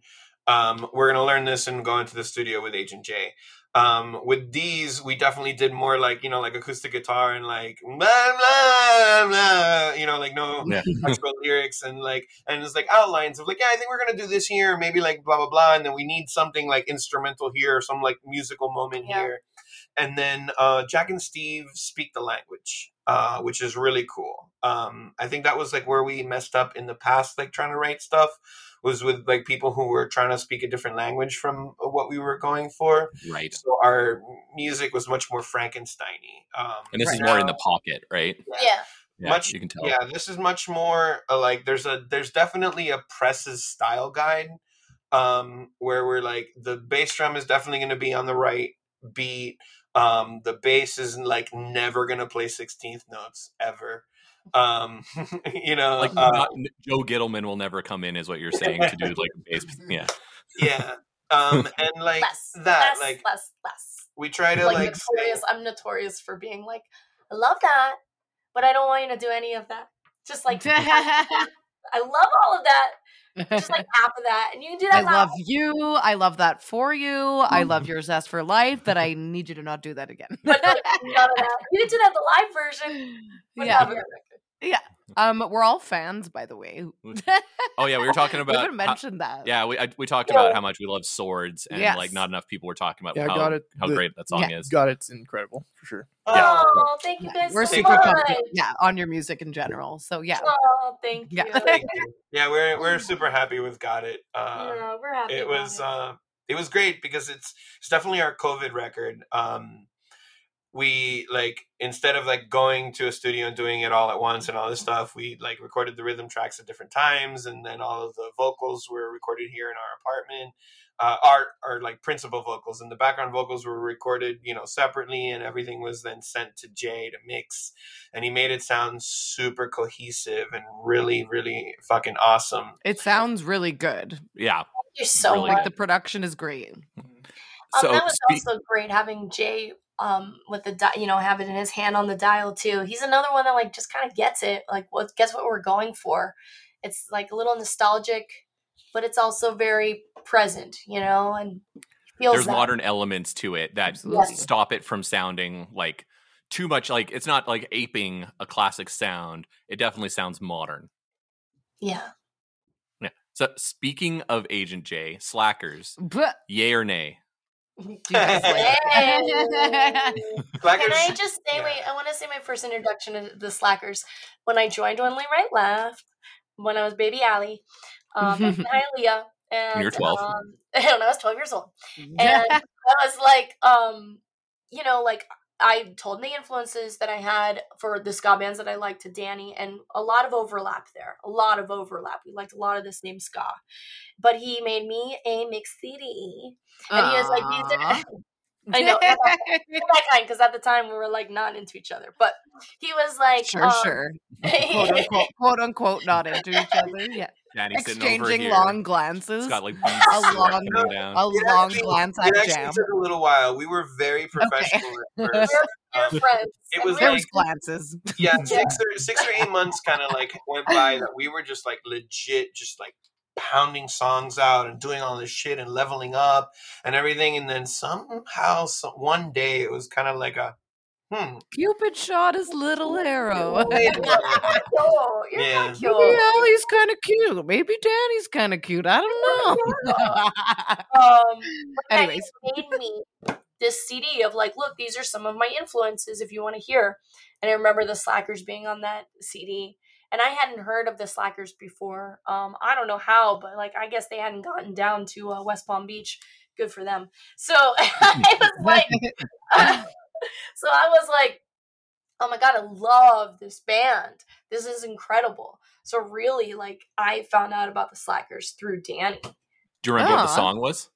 um, we're gonna learn this and go into the studio with agent j um, with these we definitely did more like you know like acoustic guitar and like blah blah blah you know like no Yeah. actual lyrics and like and it's like outlines of like yeah i think we're gonna do this here maybe like blah blah blah and then we need something like instrumental here or some like musical moment Yeah. here and then uh, jack and steve speak the language uh, which is really cool um, i think that was like where we messed up in the past like trying to write stuff was with like people who were trying to speak a different language from uh, what we were going for Right. so our music was much more frankenstein-y um, And this right is more in now- the pocket, right? yeah Much- you can tell. yeah this is much more uh, like there's a there's definitely a presses style guide um where we're like the bass drum is definitely going to be on the right beat um the bass is like never going to play 16th notes ever um [LAUGHS] you know Like [LAUGHS] uh, not, Joe Gittleman will never come in, is what you're saying to do like bass. Yeah, yeah [LAUGHS] um and like less that less like less less we try to like, like say- notorious. I'm notorious for being like, I love that, but I don't want you to do any of that. Just like I love all of that, [LAUGHS] just like half of that, and you can do I that. loud. love you. I love that for you. I [LAUGHS] love your zest for life, but I need you to not do that again. but no, none of that. You did do that the live version. But yeah, yeah. Um, we're all fans, by the way. we Oh yeah, we were talking about. haven't how- mentioned that. yeah, we I, we talked Yeah. about how much we love swords, and Yes. like not enough people were talking about Yeah, I how, got it. how The- great that song is. God, it's incredible for sure. oh, oh, thank you guys. We're so super much. pumped. Yeah, on your music in general. So yeah. Oh, thank you. Yeah. Yeah, [LAUGHS] thank you. yeah we're we're super happy with got it uh we're happy. it about was it. uh, it was great because it's it's definitely our COVID record. Um, we like instead of like going to a studio and doing it all at once and all this stuff, we like recorded the rhythm tracks at different times, and then all of the vocals were recorded here in our apartment. Uh, our our like principal vocals and the background vocals were recorded, you know, separately, and everything was then sent to Jay to mix, and he made it sound super cohesive and really, really fucking awesome. It sounds really good. Yeah. Thank you so really much. Like the production is great. Um, So that was spe- also great having Jay um with the di- you know have it in his hand on the dial too. He's another one that like just kind of gets it. Like what guess what we're going for? It's like a little nostalgic, but it's also very present, you know, and feels there's that. modern elements to it that Absolutely. stop it from sounding like too much. Like it's not like aping a classic sound. It definitely sounds modern. yeah. Yeah. So speaking of Agent J, Slackers, But yay or nay? Jesus, like- [LAUGHS] Hey. [LAUGHS] Can Blackers- I just say, yeah. wait, I want to say my first introduction to the Slackers. When I joined Only Right Left, when I was Baby Allie, um, and Hialeah, and you were 12. Um, [LAUGHS] when I was 12 years old. I was like, um, you know, like I told the influences that I had for the ska bands that I liked to Danny, and a lot of overlap there. A lot of overlap. We liked a lot of the same ska, but he made me a mixed CD, and he was like, these Aw. are- [LAUGHS] I know, and [LAUGHS] I- that kind because at the time we were like not into each other, but he was like, sure, um, [LAUGHS] sure. Quote unquote, quote unquote, not into each other. Yeah. Danny's sitting over Exchanging here. long glances. it's got [LAUGHS] like a beads long- coming [LAUGHS] down. a It long actually- glance It at actually Jam. took a little while. We were very professional at first. we were Um, friends. it and was we There were was [LAUGHS] glances. yeah, six or six or eight months kind of like went by that we were just like legit, just like pounding songs out and doing all this shit and leveling up and everything. And then somehow, some, one day, it was kind of like a hmm. Cupid shot his little [LAUGHS] [LAUGHS] arrow. Oh, [LAUGHS] wait a minute. cool. You're Yeah. not Maybe cool. Allie's kind of cute. Maybe Danny's kind of cute. I don't [LAUGHS] know. Um, and Anyways, he made me this CD of like, look, these are some of my influences if you want to hear. And I remember the Slackers being on that CD. And I hadn't heard of the Slackers before. Um, I don't know how, but like, I guess they hadn't gotten down to uh, West Palm Beach. Good for them. So [LAUGHS] I was [LAUGHS] like, [LAUGHS] so I was like, oh my God, I love this band. This is incredible. So really, like, I found out about the Slackers through Danny. Do you remember what the Aw. song was?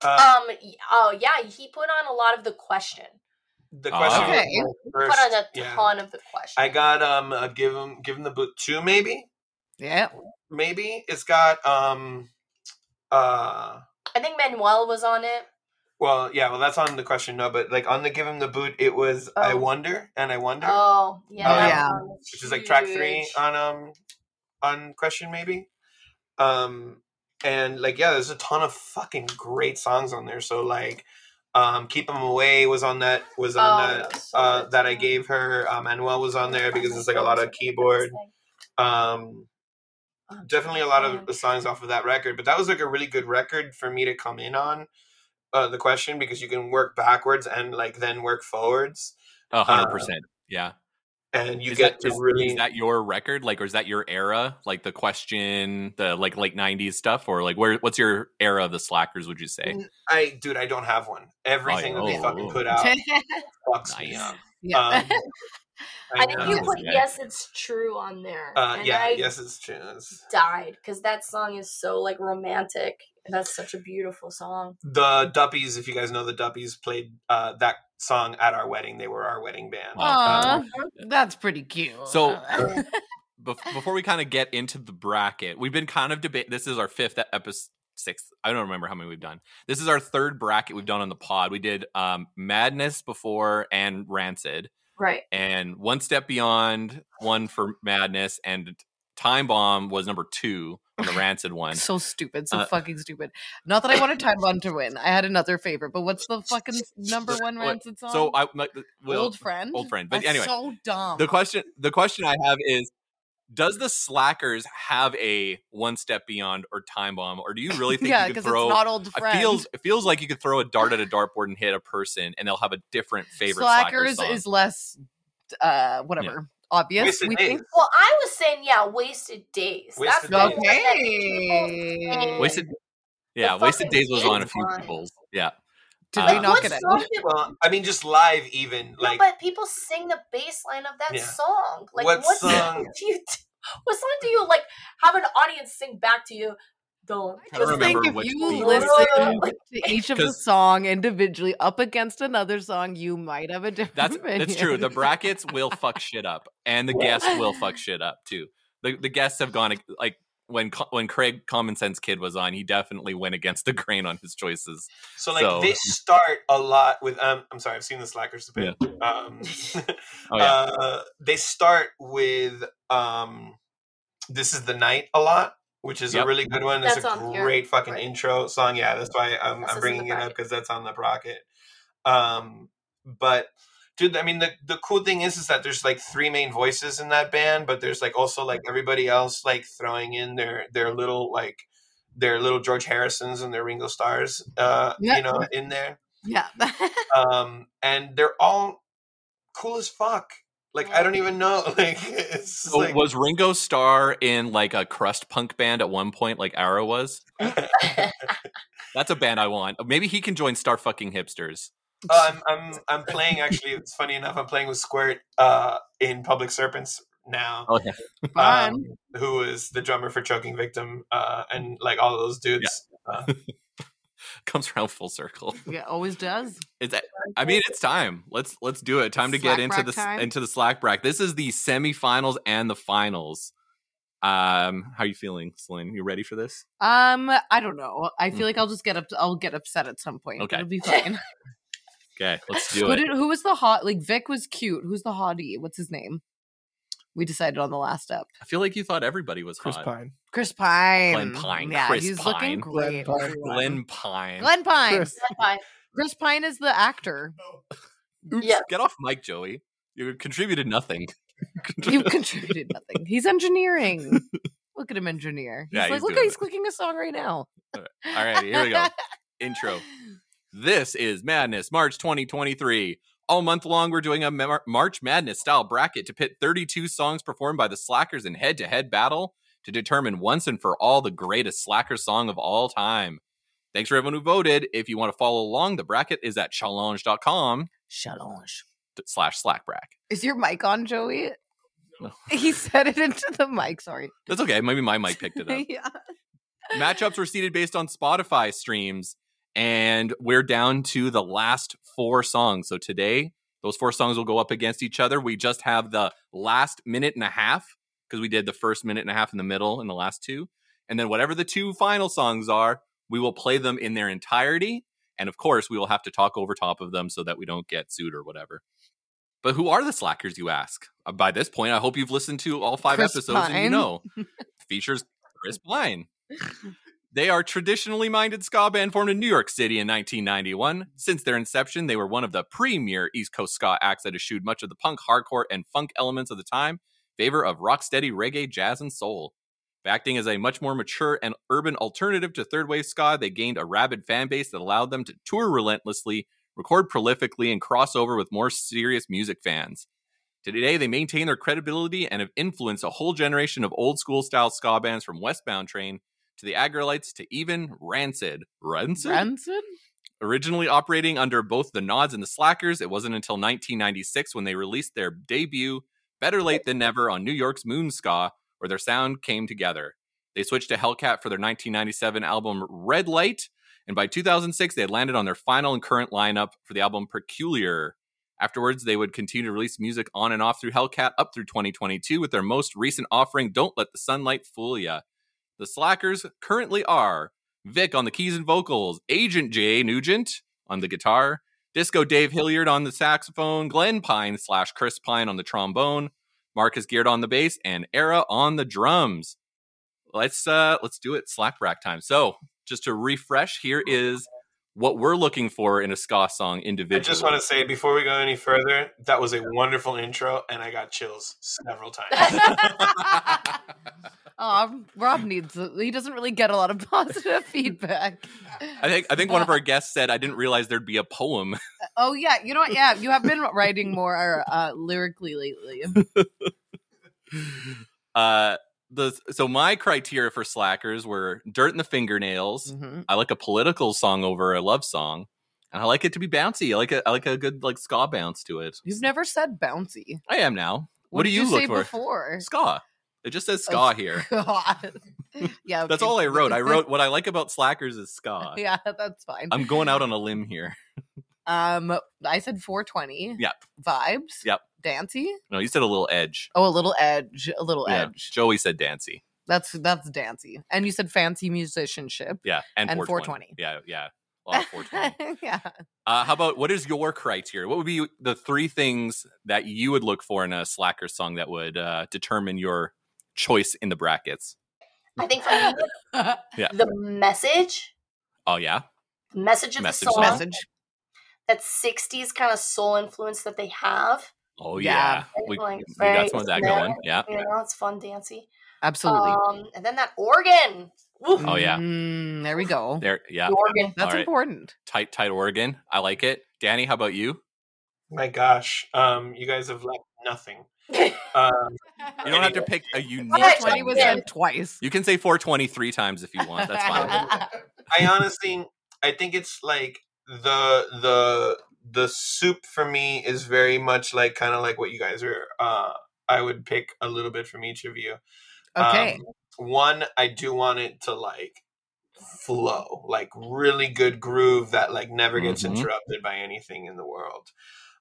Uh, oh, Um. y- Oh yeah, he put on a lot of the question. the question. Okay. was my Put on a yeah. ton of the questions. I got um a give him give him the boot two maybe Yeah. maybe it's got um uh I think Manuel was on it. well yeah well that's on the question no but like on the give him the boot it was I Oh. wonder and I wonder Oh yeah, Oh, that yeah. one was which is like track three huge. on um on question maybe um and like yeah there's a ton of fucking great songs on there so like um keep 'em away was on that was on Oh, that was so uh good that i song. gave her um manuel was on there because it's like a lot of keyboard um Oh, definitely a lot of the songs off of that record but that was like a really good record for me to come in on uh, the question because you can work backwards and like then work forwards A hundred percent. Yeah. and Uh, you Is that- get to is- really is that your record? Like, or is that your era? Like the question, the like late nineties stuff, or like where? What's your era of the slackers? Would you say? N- I dude, I don't have one. Everything that they oh, fucking oh. [LAUGHS] put out [LAUGHS] fucks me Nice. up. yeah. Um, I think you know. put Yeah. yes, it's true on there. Uh, and yeah, I yes, it's true. It's- died because that song is so like romantic. That's such a beautiful song. The Duppies, if you guys know the Duppies, played uh, that song at our wedding. They were our [LAUGHS] wedding band. Wow. Um, Aw, that's pretty cute. [LAUGHS] So- Bef- before we kind of get into the bracket, we've been kind of debate. This is our fifth episode, sixth. I don't remember how many we've done. This is our third bracket we've done on the pod. We did um, Madness before and Rancid, Right. and One Step Beyond, one for Madness, and Time Bomb was number two on [LAUGHS] the Rancid one. so stupid, so Uh, fucking stupid. Not that I wanted Time Bomb to win. I had another favorite, but what's [LAUGHS] the fucking number one What- rancid song? So I my, well, old friend. old friend, but That's anyway, so dumb. the question the question I have is does the slackers have a one step beyond or time bomb or do you [LAUGHS] really think yeah, you could because throw it's not old it friend. feels it feels like you could throw a dart at a dartboard and hit a person and they'll have a different favorite slackers, Slackers is less, uh, whatever, obvious. Wasted we [LAUGHS] Days. think. Well, I was saying yeah, wasted days. Wasted That's the Days. one that people Okay. say. wasted yeah The wasted fucking days was on a days few line. people's yeah Did Uh, we not what get it? song did- well, I mean, just live, even no, like but people sing the bass line of that Yeah. song. Like What what, song- song do [LAUGHS] you what song do you like have an audience sing back to you? Don't I don't Just remember think if which you beat it was [LAUGHS] listen in. to each of the 'Cause- song individually up against another song, you might have a different. [LAUGHS] that's that's true the opinion. brackets will fuck shit up and the guests will fuck shit up too the, the guests have gone like when Co- when Craig Common Sense Kid was on he definitely went against the grain on his choices so. Like so- they start a lot with. Um, I'm sorry, I've seen the Slackers a bit. Um, [LAUGHS] oh yeah uh, they start with um, "This Is the Night" a lot, which is Yep. a really good one. It's That's a on here, great fucking right. intro song. Yeah, that's why I'm, This is I'm in bringing the it up bracket. because that's on the bracket. Um, but dude, I mean, the the cool thing is is that there's like three main voices in that band, but there's like also Mm-hmm. like everybody else like throwing in their their little like their little George Harrisons and their Ringo Stars, uh, Yeah. you know, in there yeah. [LAUGHS] um, and they're all cool as fuck. Like I don't even know. [LAUGHS] Like it's just So like was Ringo Starr in like a crust punk band at one point, like Arrow was? [LAUGHS] That's a band I want. Maybe he can join Star Fucking Hipsters. Oh, I'm I'm I'm playing actually. It's funny enough. I'm playing with Squirt uh, in Public Serpents now. Oh yeah, Fun. Um, who is the drummer for Choking Victim uh, and like all those dudes? comes around full circle. yeah, always does. It's. I mean, it's time. Let's let's do it. Time to Slack get into brack the s- time? into the slack brack. This is the semifinals and the finals. Um, how you feeling, Celine? You ready for this? Um, I don't know. I feel like I'll just get up. I'll get upset at some point. mm-hmm. Okay. [LAUGHS] it'll be fine. Okay, [LAUGHS] let's do who, it. did, who was the hot? Like Vic was cute. Who's the hottie? What's his name? We decided on the last step. I feel like you thought everybody was Chris hot. Pine. Chris Pine. Pine, Yeah, Chris he's Pine. looking Glenn great. Pine. everyone. Glenn Pine. Glenn Pine. Chris. Chris. Fine. Pine is the actor. Oops, Yeah. get off mic, Joey. You contributed nothing. [LAUGHS] You contributed nothing. He's engineering. Look at him engineer. He's Yeah, like, he's look, doing he's it. clicking a song right now. All right, here we go. [LAUGHS] Intro. This is Madness March 2023. All month long, we're doing a Mar- March Madness style bracket to pit 32 songs performed by the Slackers in head to head battle to determine once and for all the greatest Slacker song of all time. Thanks for everyone who voted. If you want to follow along, the bracket is at challenge.com Challenge. slash slackbrack. Is your mic on, Joey? No. He said it into the mic. Sorry. That's okay. Maybe my mic picked it up. [LAUGHS] yeah. matchups were seeded based on Spotify streams, and we're down to the last four songs. So today Those four songs will go up against each other. We just have the last minute and a half because we did the first minute and a half in the middle and the last two. And then whatever the two final songs are, we will play them in their entirety. And of course, we will have to talk over top of them so that we don't get sued or whatever. But who are the slackers, you ask? Uh, By this point, I hope you've listened to all five Chris episodes and you Pine. [LAUGHS] know. Features Chris Pine. They are traditionally minded ska band formed in New York City in 1991. Since their inception, they were one of the premier East Coast ska acts that eschewed much of the punk, hardcore, and funk elements of the time, in favor of rocksteady reggae, jazz, and soul. Acting as a much more mature and urban alternative to third wave ska, they gained a rabid fan base that allowed them to tour relentlessly, record prolifically, and cross over with more serious music fans. Today, they maintain their credibility and have influenced a whole generation of old school style ska bands from Westbound Train to the Agrolites to even Rancid. Rancid? [LAUGHS] Branson? Originally operating under both the Nods and the Slackers, it wasn't until 1996 when they released their debut, Better Late Than Never, on New York's Moon Ska, where their sound came together. They switched to Hellcat for their 1997 album Red Light, and by 2006, they had landed on their final and current lineup for the album Peculiar. Afterwards, they would continue to release music on and off through Hellcat up through 2022 with their most recent offering, Don't Let the Sunlight Fool Ya. The Slackers currently are Vic on the keys and vocals, Agent Jay Nugent on the guitar, Disco Dave Hilliard on the saxophone, Glenn Pine slash Chris Pine on the trombone, Marcus Geared on the bass, and Era on the drums. Let's uh let's do it slack rack time. So just to refresh, here is what we're looking for in a ska song I individually. just want to say before we go any further, that was a wonderful intro, and I got chills [LAUGHS] several times. Oh, Rob needs. He doesn't really get a lot of [LAUGHS] positive feedback. I think I think one of Uh, our guests said I didn't realize there'd be a [LAUGHS] poem. [LAUGHS] Oh yeah, you know what? Yeah, you have been writing more uh, lyrically lately. [LAUGHS] Uh the so my criteria for slackers were dirt in the fingernails, Mhm. I like a political song over a love song, and I like it to be bouncy. I like a I like a good like ska bounce to it. You've never said bouncy. I am now. What, do did you, say look for? before? [LAUGHS] Ska. It just says ska Oh, [LAUGHS] here. God. Yeah, That's okay. all I wrote. I wrote what I like about slackers is ska. [LAUGHS] yeah, that's fine. I'm going out on a limb here. [LAUGHS] Um, I said 420. Yep. Vibes. Yep. Dancy. No, you said a little edge. Oh, a little edge. A little Yeah. edge. Joey said dancy. That's that's dancy. And you said fancy musicianship. [LAUGHS] Yeah, and, And 420. 420. Yeah, [LAUGHS] yeah. A lot of 420. [LAUGHS] yeah. uh, how about what is your criteria? What would be the three things that you would look for in a slacker song that would uh, determine your choice in the brackets? I think for me, the message, Oh yeah. the message of Message the song, song. Message. that 60s kind of soul influence that they have. Oh yeah, Yeah. we, Like, we very got some of that smooth. going. Yeah, You know, it's fun, dancey. Absolutely. Um, and then that organ. Woo, oh, yeah. Mm, there we go. there. Yeah, the organ. That's All right. important. tight, tight Oregon. I like it. Danny, how about you? My gosh, um, you guys have left nothing. Um, You don't have to pick a unique. Alright, thing. 20 was yeah. said twice. You can say 420 three times if you want. That's [LAUGHS] fine. I honestly, I think it's like the the the soup for me is very much like kind of like what you guys are. Uh, I would pick a little bit from each of you. okay. Um, one, I do want it to like flow, like really good groove that like never gets Mhm. interrupted by anything in the world.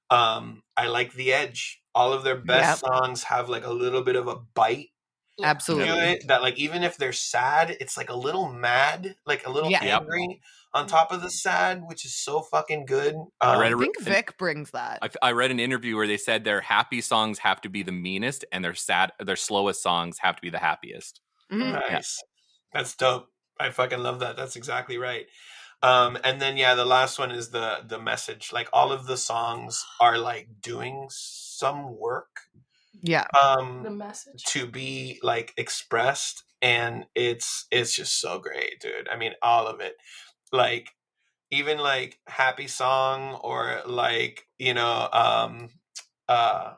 Um, I like the edge. All of their best songs have like a little bit of a bite Yeah. Absolutely. to it that like even if they're sad, it's like a little mad, like a little Yeah. Mm-hmm. Yep. angry on top of the sad, which is so fucking good. Um, I read I a- think Vic brings that. I, I read an interview where they said their happy songs have to be the meanest, and their sad, their slowest songs have to be the happiest. Mhm. Nice. That's dope. I fucking love that. That's exactly right. Um, and then yeah, the last one is the the message. Like all of the songs are like doing some work Yeah. The um message. to be like expressed and it's it's just so great, dude. I mean, all of it. Like even like happy song or like, you know, um uh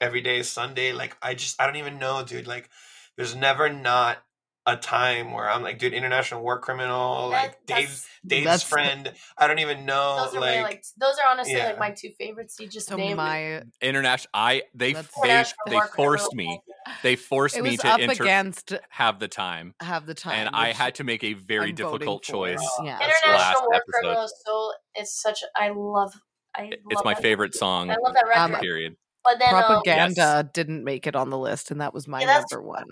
every day is Sunday. Like I just I don't even know, dude. Like there's never not a time where I'm like, dude, international war Oh, criminal, like That- Dave's that's- Dave's That's- friend. I don't even know. those are really Like, like those are honestly yeah. like my two favorites. You just So named my International, I they That's- they, International they War Criminal. forced me. They forced it me was to up inter- against have the time, have the time, and I which had to make a very I'm voting difficult for. choice. Yeah. That's the last International War episode. Criminal is so it's such I love I It's love my that- favorite song. I love that Um, record. Period. but then um, Propaganda didn't make it on the list, and that was my Yeah, that's- number one.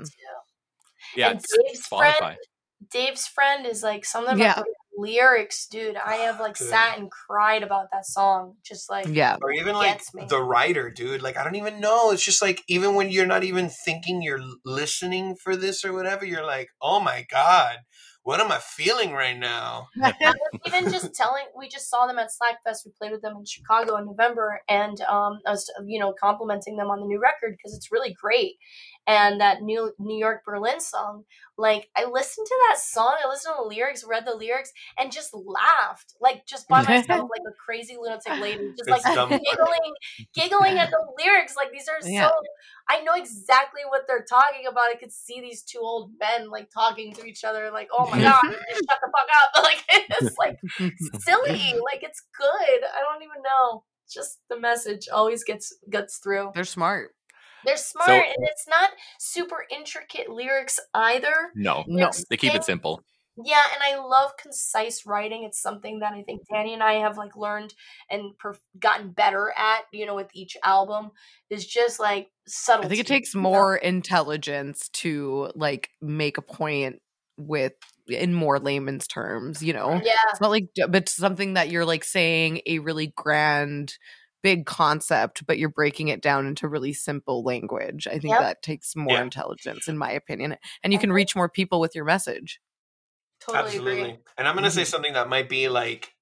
Yeah, and it's Dave's Spotify. friend, Dave's friend is like something about Yeah. the lyrics, dude. I have like Dude. sat and cried about that song, just like [LAUGHS] Yeah, or even like Gets me. the writer, dude. Like I don't even know. It's just like even when you're not even thinking you're l- listening for this or whatever, you're like, oh my god, what am I feeling right now? even just telling we just saw them at slackfest we played with them in chicago in november and um, i was you know complimenting them on the new record because it's really great and that new new york berlin song like i listened to that song i listened to the lyrics read the lyrics and just laughed like just by myself like a crazy lunatic lady just like It's dumb funny. giggling giggling at the lyrics like these are Yeah. so i know exactly what they're talking about i could see these two old men like talking to each other like oh my god just shut the fuck up [LAUGHS] like it's like silly. Like it's good. I don't even know. Just the message always gets gets through. [LAUGHS] they're smart. They're smart, and it's not super intricate lyrics either. No, No, It's they keep thin- it simple. Yeah, and I love concise writing. It's something that I think Danny and I have like learned and perf- gotten better at. You know, with each album is just like subtle. I think it takes more intelligence to like make a point with in more layman's terms. You know, Yeah, it's not like but something that you're like saying a really grand big concept but you're breaking it down into really simple language i think Yep. that takes more Yeah. intelligence in my opinion and you can Mhm. reach more people with your message totally Absolutely. agree. And I'm gonna say Mhm. something that might be like,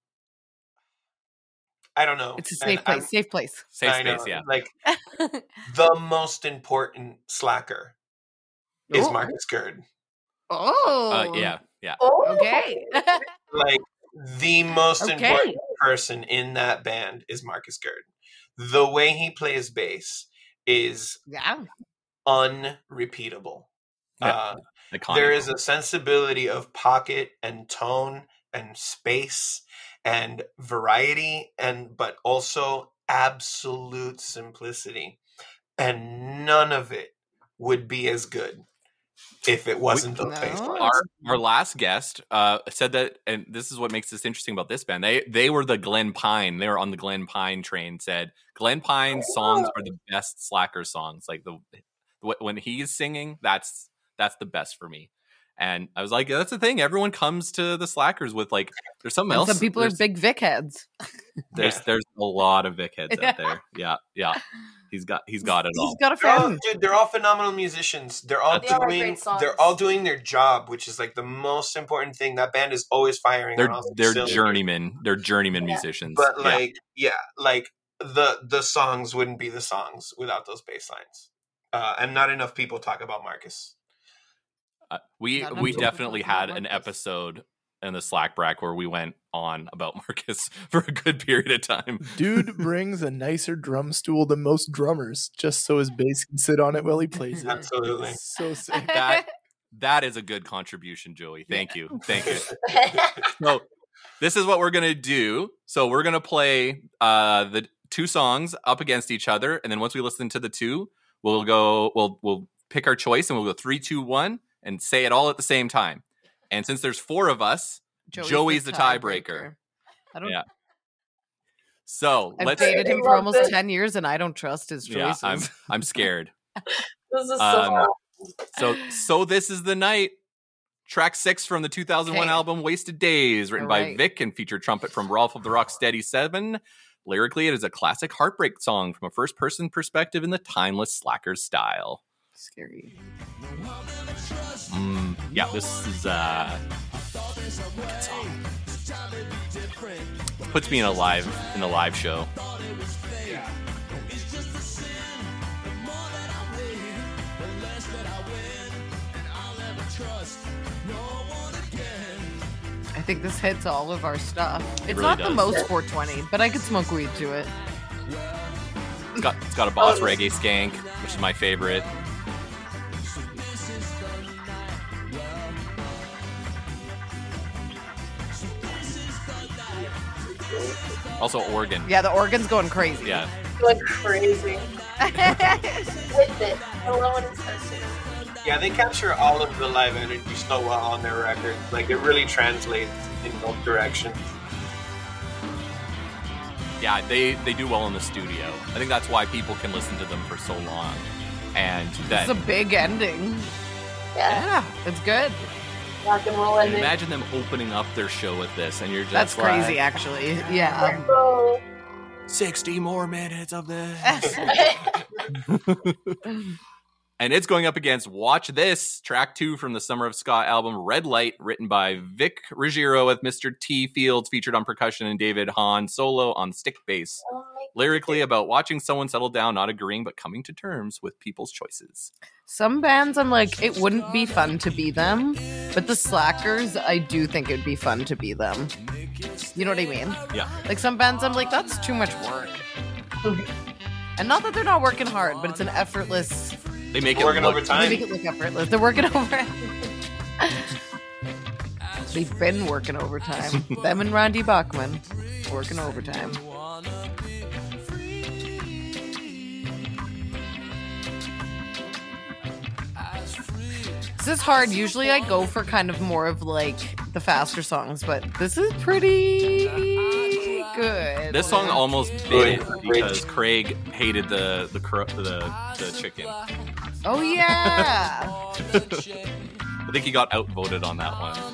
I Oh, don't know. it's a And safe I'm- place [LAUGHS] safe place Safe I know, space. Yeah. Like the most important slacker is Ooh. Marcus Gerd. oh Uh, yeah. Yeah. Oh, [LAUGHS] [LAUGHS] okay [LAUGHS] Like the most okay important person in that band is Marcus Gerd. The way he plays bass is yeah unrepeatable. Yeah, Uh, Iconic. there is a sensibility of pocket and tone and space and variety and but also absolute simplicity. And none of it would be as good if it wasn't those bass No. lines. our our last guest uh, said that, and this is what makes this interesting about this band. They they were the Glen Pine. They were on the Glen Pine train. Said Glen Pine's songs Oh. are the best slacker songs. Like the wh- when he's singing, that's that's the best for me. And I was like, that's the thing. Everyone comes to the slackers with like, there's something And else. some people are there's, big vic heads There's Yeah. there's a lot of Vic heads Yeah. out [LAUGHS] there. Yeah, yeah. He's got he's got it all. Oh, he's got a They're all, friend dude, they're all phenomenal musicians. They're all They all write doing great songs. they're all doing their job, which is like the most important thing. That band is always firing. they're on all they're cylinders. journeymen. They're journeyman Yeah. musicians. But Yeah. like, yeah. like the the songs wouldn't be the songs without those bass lines. Uh, and not enough people talk about Marcus. Uh, we Not enough we people definitely talk about had an Marcus. episode in the Slack brack where we went on about [LAUGHS] Marcus for a good period of time. [LAUGHS] Dude brings a nicer drum stool than most drummers, just so his bass can sit on it while he plays Mm-hmm. it. Absolutely. It's so sick. [LAUGHS] That- That is a good contribution, Joey. Thank you. Thank you. So this is what we're gonna do. So we're gonna play uh the two songs up against each other, and then once we listen to the two, we'll go we'll we'll pick our choice and we'll go three, two, one, and say it all at the same time. And since there's four of us, Joey's the tiebreaker. I don't. Yeah. so I've let's dated him for Love almost it. ten years, and I don't trust his Yeah, choices. I'm I'm scared. this is so Um, [LAUGHS] So so this is the night. Track six from the 2001 Okay. album "Wasted Days," written by Alright. Vic and featured trumpet from Rolf of the Rocksteady Seven. Lyrically, it is a classic heartbreak song from a first-person perspective in the timeless slacker style. Scary. Mm, yeah, this is uh, good song. Puts me in a live in a live show. I think this hits all of our stuff. It's really not the does. most 420, but I could smoke weed to it. It's got it's got a boss reggae skank, which is my favorite. Also organ. Yeah, the organ's going crazy. [LAUGHS] Yeah. going crazy with it. I love when it's so soon. [LAUGHS] Yeah, they capture all of the live energy so well on their record. Like it really translates in both directions. yeah, they they do well in the studio. I think that's why people can listen to them for so long. And It's a that big ending. Yeah, Yeah, it's good. rock and roll and ending. imagine them opening up their show with this, and you're just That's like, crazy, actually. Yeah. [LAUGHS] [LAUGHS] Oh. Sixty more minutes of this. And it's going up against Watch This, track two from the Summer of Ska album Red Light, written by Vic Ruggiero with Mr. T Fields, featured on percussion, and David Hahn solo on stick bass. Oh my Lyrically about watching someone settle down, not agreeing, but coming to terms with people's choices. Some bands, I'm like, it wouldn't be fun to be them, but the Slackers, I do think it'd be fun to be them. You know what I mean? Yeah. Like some bands, I'm like, that's too much work. and not that they're not working hard, but it's an effortless. They make Working it look, They overtime. make it look effortless. They're working [LAUGHS] over. They've been [LAUGHS] working overtime. them and Randy Bachman working overtime. This is hard. Usually I go for kind of more of like the faster songs, but this is pretty good. This song almost bit Good. it because Craig hated the the cro- the, the chicken. I Oh yeah. think he got outvoted on that one.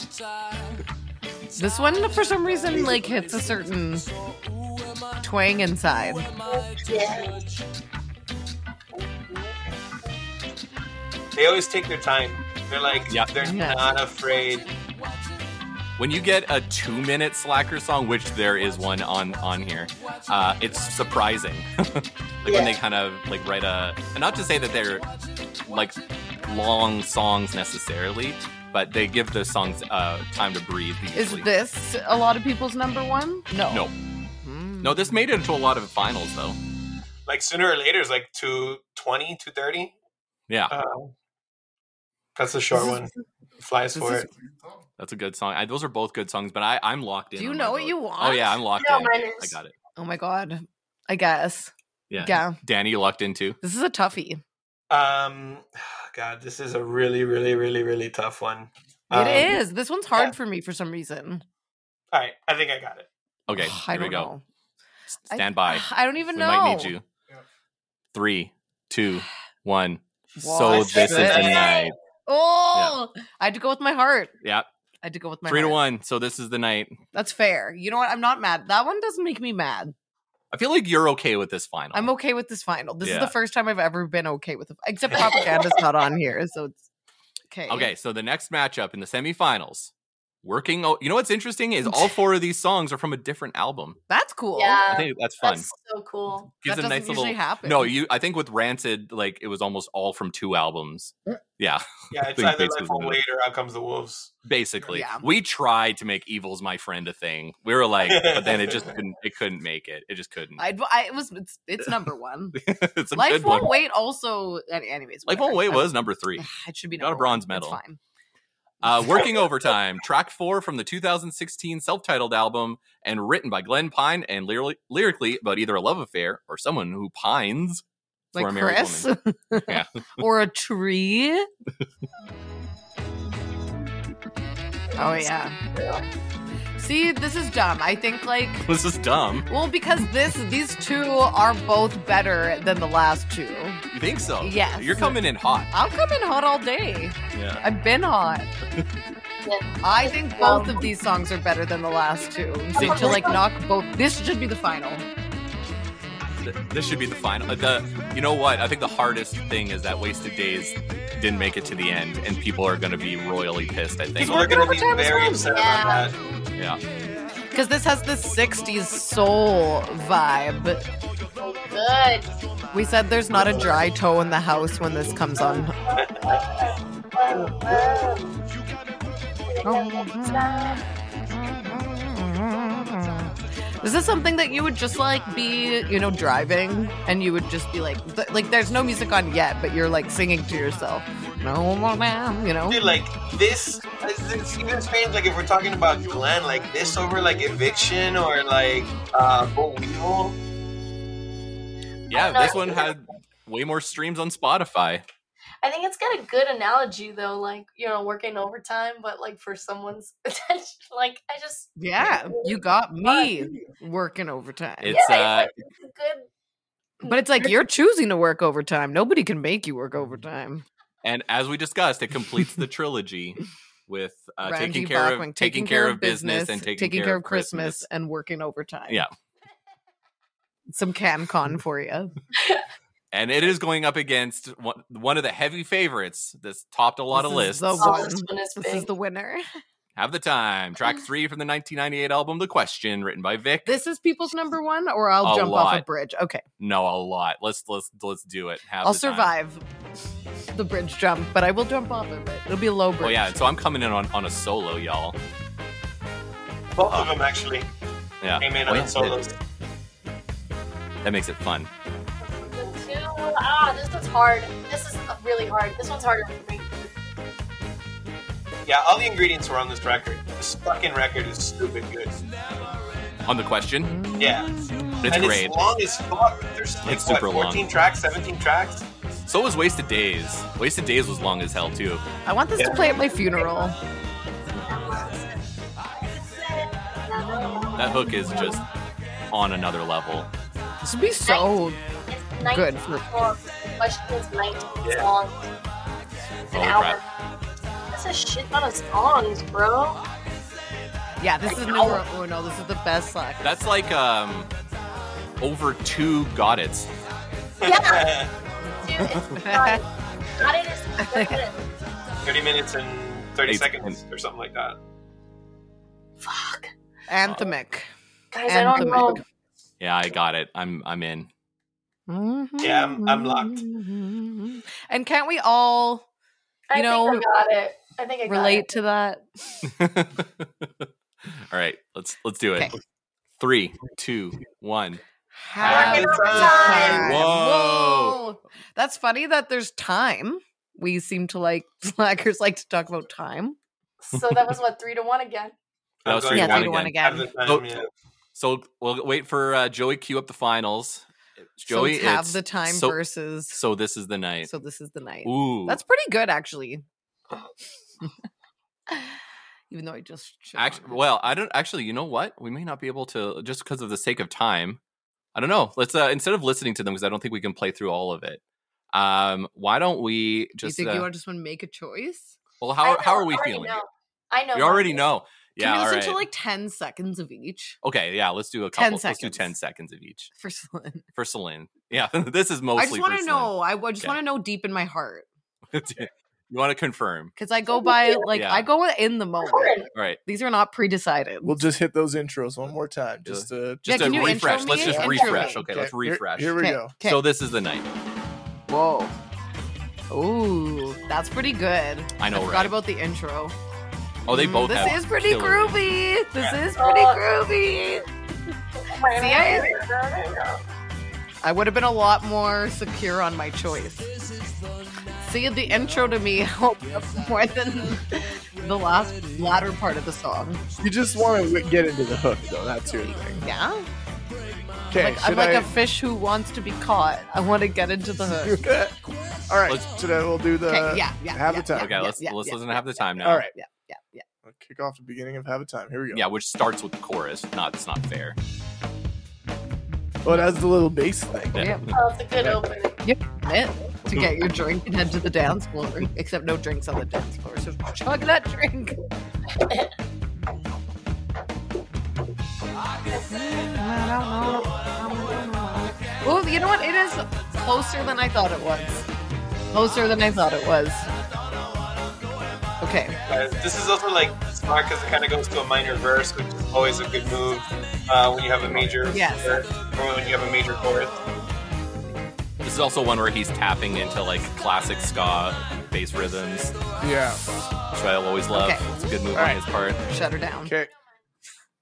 this one for some reason like hits a certain twang inside. Yeah. They always take their time. They're like, Yeah. they're Yeah. not afraid. When you get a two-minute slacker song, which there is one on on here, uh, it's surprising. [LAUGHS] like when Yeah. they kind of like write a, and not to say that they're like long songs necessarily, but they give the songs uh, time to breathe. Is Usually. this a lot of people's number one? No. no, Hmm. no? This made it into a lot of finals though. Like sooner or later, it's like 220, 230. Yeah, Uh, that's a short This is- one. Flies this for is- it. that's a good song. I, those are both good songs, but I I'm locked in. Do you on know my what vote. you Oh want? yeah, I'm locked No, in. mine is- I got it. Oh my god. I guess. Yeah. Yeah. Danny, you locked in too. This is a toughie. Um, [SIGHS] God, this is a really, really, really, really tough one. Um, it is. This one's hard yeah. for me for some reason. All right, I think I got it. Okay, Ugh, [SIGHS] I here don't we go. know. I- Stand by. I don't even we know. might need you. Yeah. Three, [SIGHS] two, one. so Watch this is the this. night. Oh, I had to go with my heart. Yeah, I had to go with my three to heart. one. So this is the night. That's fair. You know what? I'm not mad. That one doesn't make me mad. I feel like you're okay with this final. I'm okay with this final. This is Yeah. the first time I've ever been okay with it, except [LAUGHS] propaganda's not on here, so it's okay. Okay, so the next matchup in the semifinals, working. O- you know what's interesting [LAUGHS] is all four of these songs are from a different album. that's cool. Yeah. I think that's fun. That's so cool. Gives that it a doesn't nice usually little. happen. No, you. I think with Rancid, like it was almost all from two albums. Mm. Yeah, [LAUGHS] Yeah, it's think either Bates Life was on the- Wait or Out Comes the Wolves. basically. Yeah. We tried to make "Evil's My Friend" a thing. We were like, but then it [LAUGHS] just couldn't. It couldn't make it. It just couldn't. I'd, I it was it's, it's number one. [LAUGHS] it's a Life good won't one. wait. Also, any- anyways, Life whatever. won't [LAUGHS] wait I'm- was number three. [SIGHS] It should be Got a number bronze one. It's medal. fine. Uh, Working Overtime, track four from the 2016 self titled album and written by Glenn Pine and lyri- lyrically about either a love affair or someone who pines. For a Like married Chris, Yeah. [LAUGHS] or a tree. [LAUGHS] oh yeah. See, this is dumb. I think like This is dumb. well because this these two are both better than the last two. You think so? Yes. You're coming in hot. I'll come in hot all day. Yeah. I've been hot. I think both of these songs are better than the last two. So to like knock both, this should be the final. Th- This should be the final. uh, The you know what? I think the hardest thing is that Wasted Days didn't make it to the end, and people are going to be royally pissed. I think. People are going to be Overtime is fun. very upset Yeah. about that. Yeah. Because this has this 60s soul vibe. So good. We said there's not a dry toe in the house when this comes on. Whoa, whoa. Is this something that you would just like be, you know, driving and you would just be like, th- like there's no music on yet, but you're like singing to yourself, no more man, you know? Dude, like this, it's even strange. Like if we're talking about Glenn, like this over like Eviction or like uh, Bull Weevil. Yeah. This one had way more streams on Spotify. I think it's got a good analogy though, like you know, working overtime, but like for someone's [LAUGHS] attention. Like "Oh I just Yeah, you got me working overtime. It's yeah, uh, like, it's a good. but it's like you're choosing to work overtime. Nobody can make you work overtime. and as we discussed, it completes [LAUGHS] the trilogy with uh, Randy taking care Bachman, of taking care of business and taking, care, of Christmas. and working overtime. Yeah. Some CanCon for [LAUGHS] you. And it is going up against one, one of the heavy favorites that's topped a lot This of is lists. the Oh, one. this one is This is big. the winner. Have the time. [LAUGHS] Track three from the 1998 album, The Question, written by Vic. This is people's number one, or I'll A jump off a lot. bridge. Okay. no, a lot. Let's let's let's do it. Have I'll the time. survive the bridge jump, but I will jump off of it. It'll be a low bridge. Oh yeah. So I'm coming in on on a solo, y'all. Both of them actually Yeah. came in Oh. Wait, on solos. That makes it fun. Two, ah, this one's hard. This is really hard. This one's harder for me. Yeah, all the ingredients were on this record. This fucking record is stupid good. On the question, Mm-hmm. Yeah, it's and great. it's long as fuck. There's like It's what, super long. 14 tracks, 17 tracks. So was Wasted Days. Wasted Days was long as hell too. I want this to play at my funeral. That hook is just on another level. This would be so. It's 19 Good for- long. The question is 19 Yeah. long. It's an Holy hour. crap. That's a shit ton of songs, bro. Yeah, this is number uno. This is the best slack. That's like um over two got it. Yeah. Dude, it's like, not it is good. 30 minutes and 30 Eight seconds or something like that. Fuck. [LAUGHS] Anthemic. Guys, I don't know. Anthemic. Yeah, I got it. I'm I'm in. [LAUGHS] Yeah, I'm- I'm locked. Mm-hmm. And can't we all I You know, think I got it. I think I got relate to that? All right, let's let's do it. Okay. Three, two, one. Have Working a overtime. time. Whoa. Whoa. That's funny that there's time. We seem to like [LAUGHS] slackers like to talk about time. it. So that was what three to one again. That I'm was going three Yeah, to one three to one again. Have again. the time, So- yeah. So we'll wait for uh, Joey cue up the finals. So Joey, it's have it's- the time so, versus. So this is the night. So this is the night. Ooh, That's pretty good, [LAUGHS] actually. [LAUGHS] Even though I just shit on actually, it. well, I don't actually. You know what? We may not be able to just because of the sake of time. I don't know. Let's uh, instead of listening to them because I don't think we can play through all of it. Um, why don't we Do you just? think uh, you want to just want to make a choice? well, I how know, how I are we already feeling? know. I know. You mine. already know. Yeah. Can we all listen right. to like ten seconds of each [LAUGHS] okay. Yeah. Let's do a 10 couple. Let's do seconds. ten seconds of each for [LAUGHS] Celine? for Celine. [LAUGHS] Yeah. this is mostly. I just want to [LAUGHS] know. I wa- just Okay. want to know deep in my heart know. you want to confirm? because I go by like Yeah. I go in the moment. Lauren, All right. These are not pre-decided. We'll just hit those intros one more time, just to Just can a you intro refresh. Let's me? just Intro refresh. me. Okay. Let's Okay, here- refresh. Here, we Okay, go. okay. So this is the night. whoa. Ooh, that's pretty good. I know, I forgot right? about the intro. Oh, they Mm, both. This have is pretty killer- groovy. This is pretty Oh. groovy. See, I- I would have been a lot more secure on my choice. See, the intro to me [LAUGHS] helped more than [LAUGHS] the last latter part of the song. You just want to get into the hook, though. That's your thing. Yeah, Okay, like, I'm should like I- a fish who wants to be caught. I want to get into the [LAUGHS] hook. All right, Let's- today we'll do the. Okay, yeah, yeah, uh, have yeah, a time. Okay, yeah, let's yeah, let's yeah, listen yeah, to have the time now. All right, Yeah, yeah, yeah. I'll kick off the beginning of Have a Time. Here we go. Yeah, which starts with the chorus. Not it's not fair. Oh, that's the little bass thing. Yeah. Oh, it's a good opening. Meant to get your drink and head to the dance floor. Except no drinks on the dance floor, so chug that drink. [LAUGHS] Well, you know what? It is closer than I thought it was. Closer than I thought it was. Okay. Uh, this is also like smart because it kind of goes to a minor verse, which is always a good move uh, when you have a major Yes. verse or when you have a major chorus. This is also one where he's tapping into like classic ska bass rhythms, which Yeah. I'll always love. Okay. It's a good move All on right. his part. Shut her down. Okay.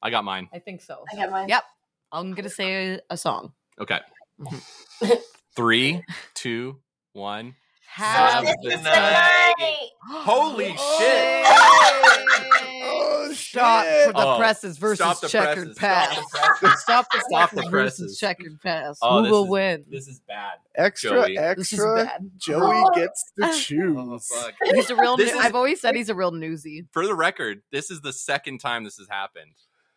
I got mine. I think so. I got mine. Yep. I'm going to say a song. Okay. Mm-hmm. Three, two, one. Have Have the It's the night. night. Holy shit! shit. Oh, [LAUGHS] Stop for the Oh, presses versus Stop the checkered presses. Stop pass. the presses. [LAUGHS] Stop the Stop the presses versus presses. checkered pass. Oh, Who this will is- win? This is bad. Extra, Joey. extra. This is bad. Joey Oh. gets [LAUGHS] to Oh, choose. fuck. He's a [LAUGHS] real. This nu- is- I've always said he's a real newsy. For the record, this is the second time this has happened.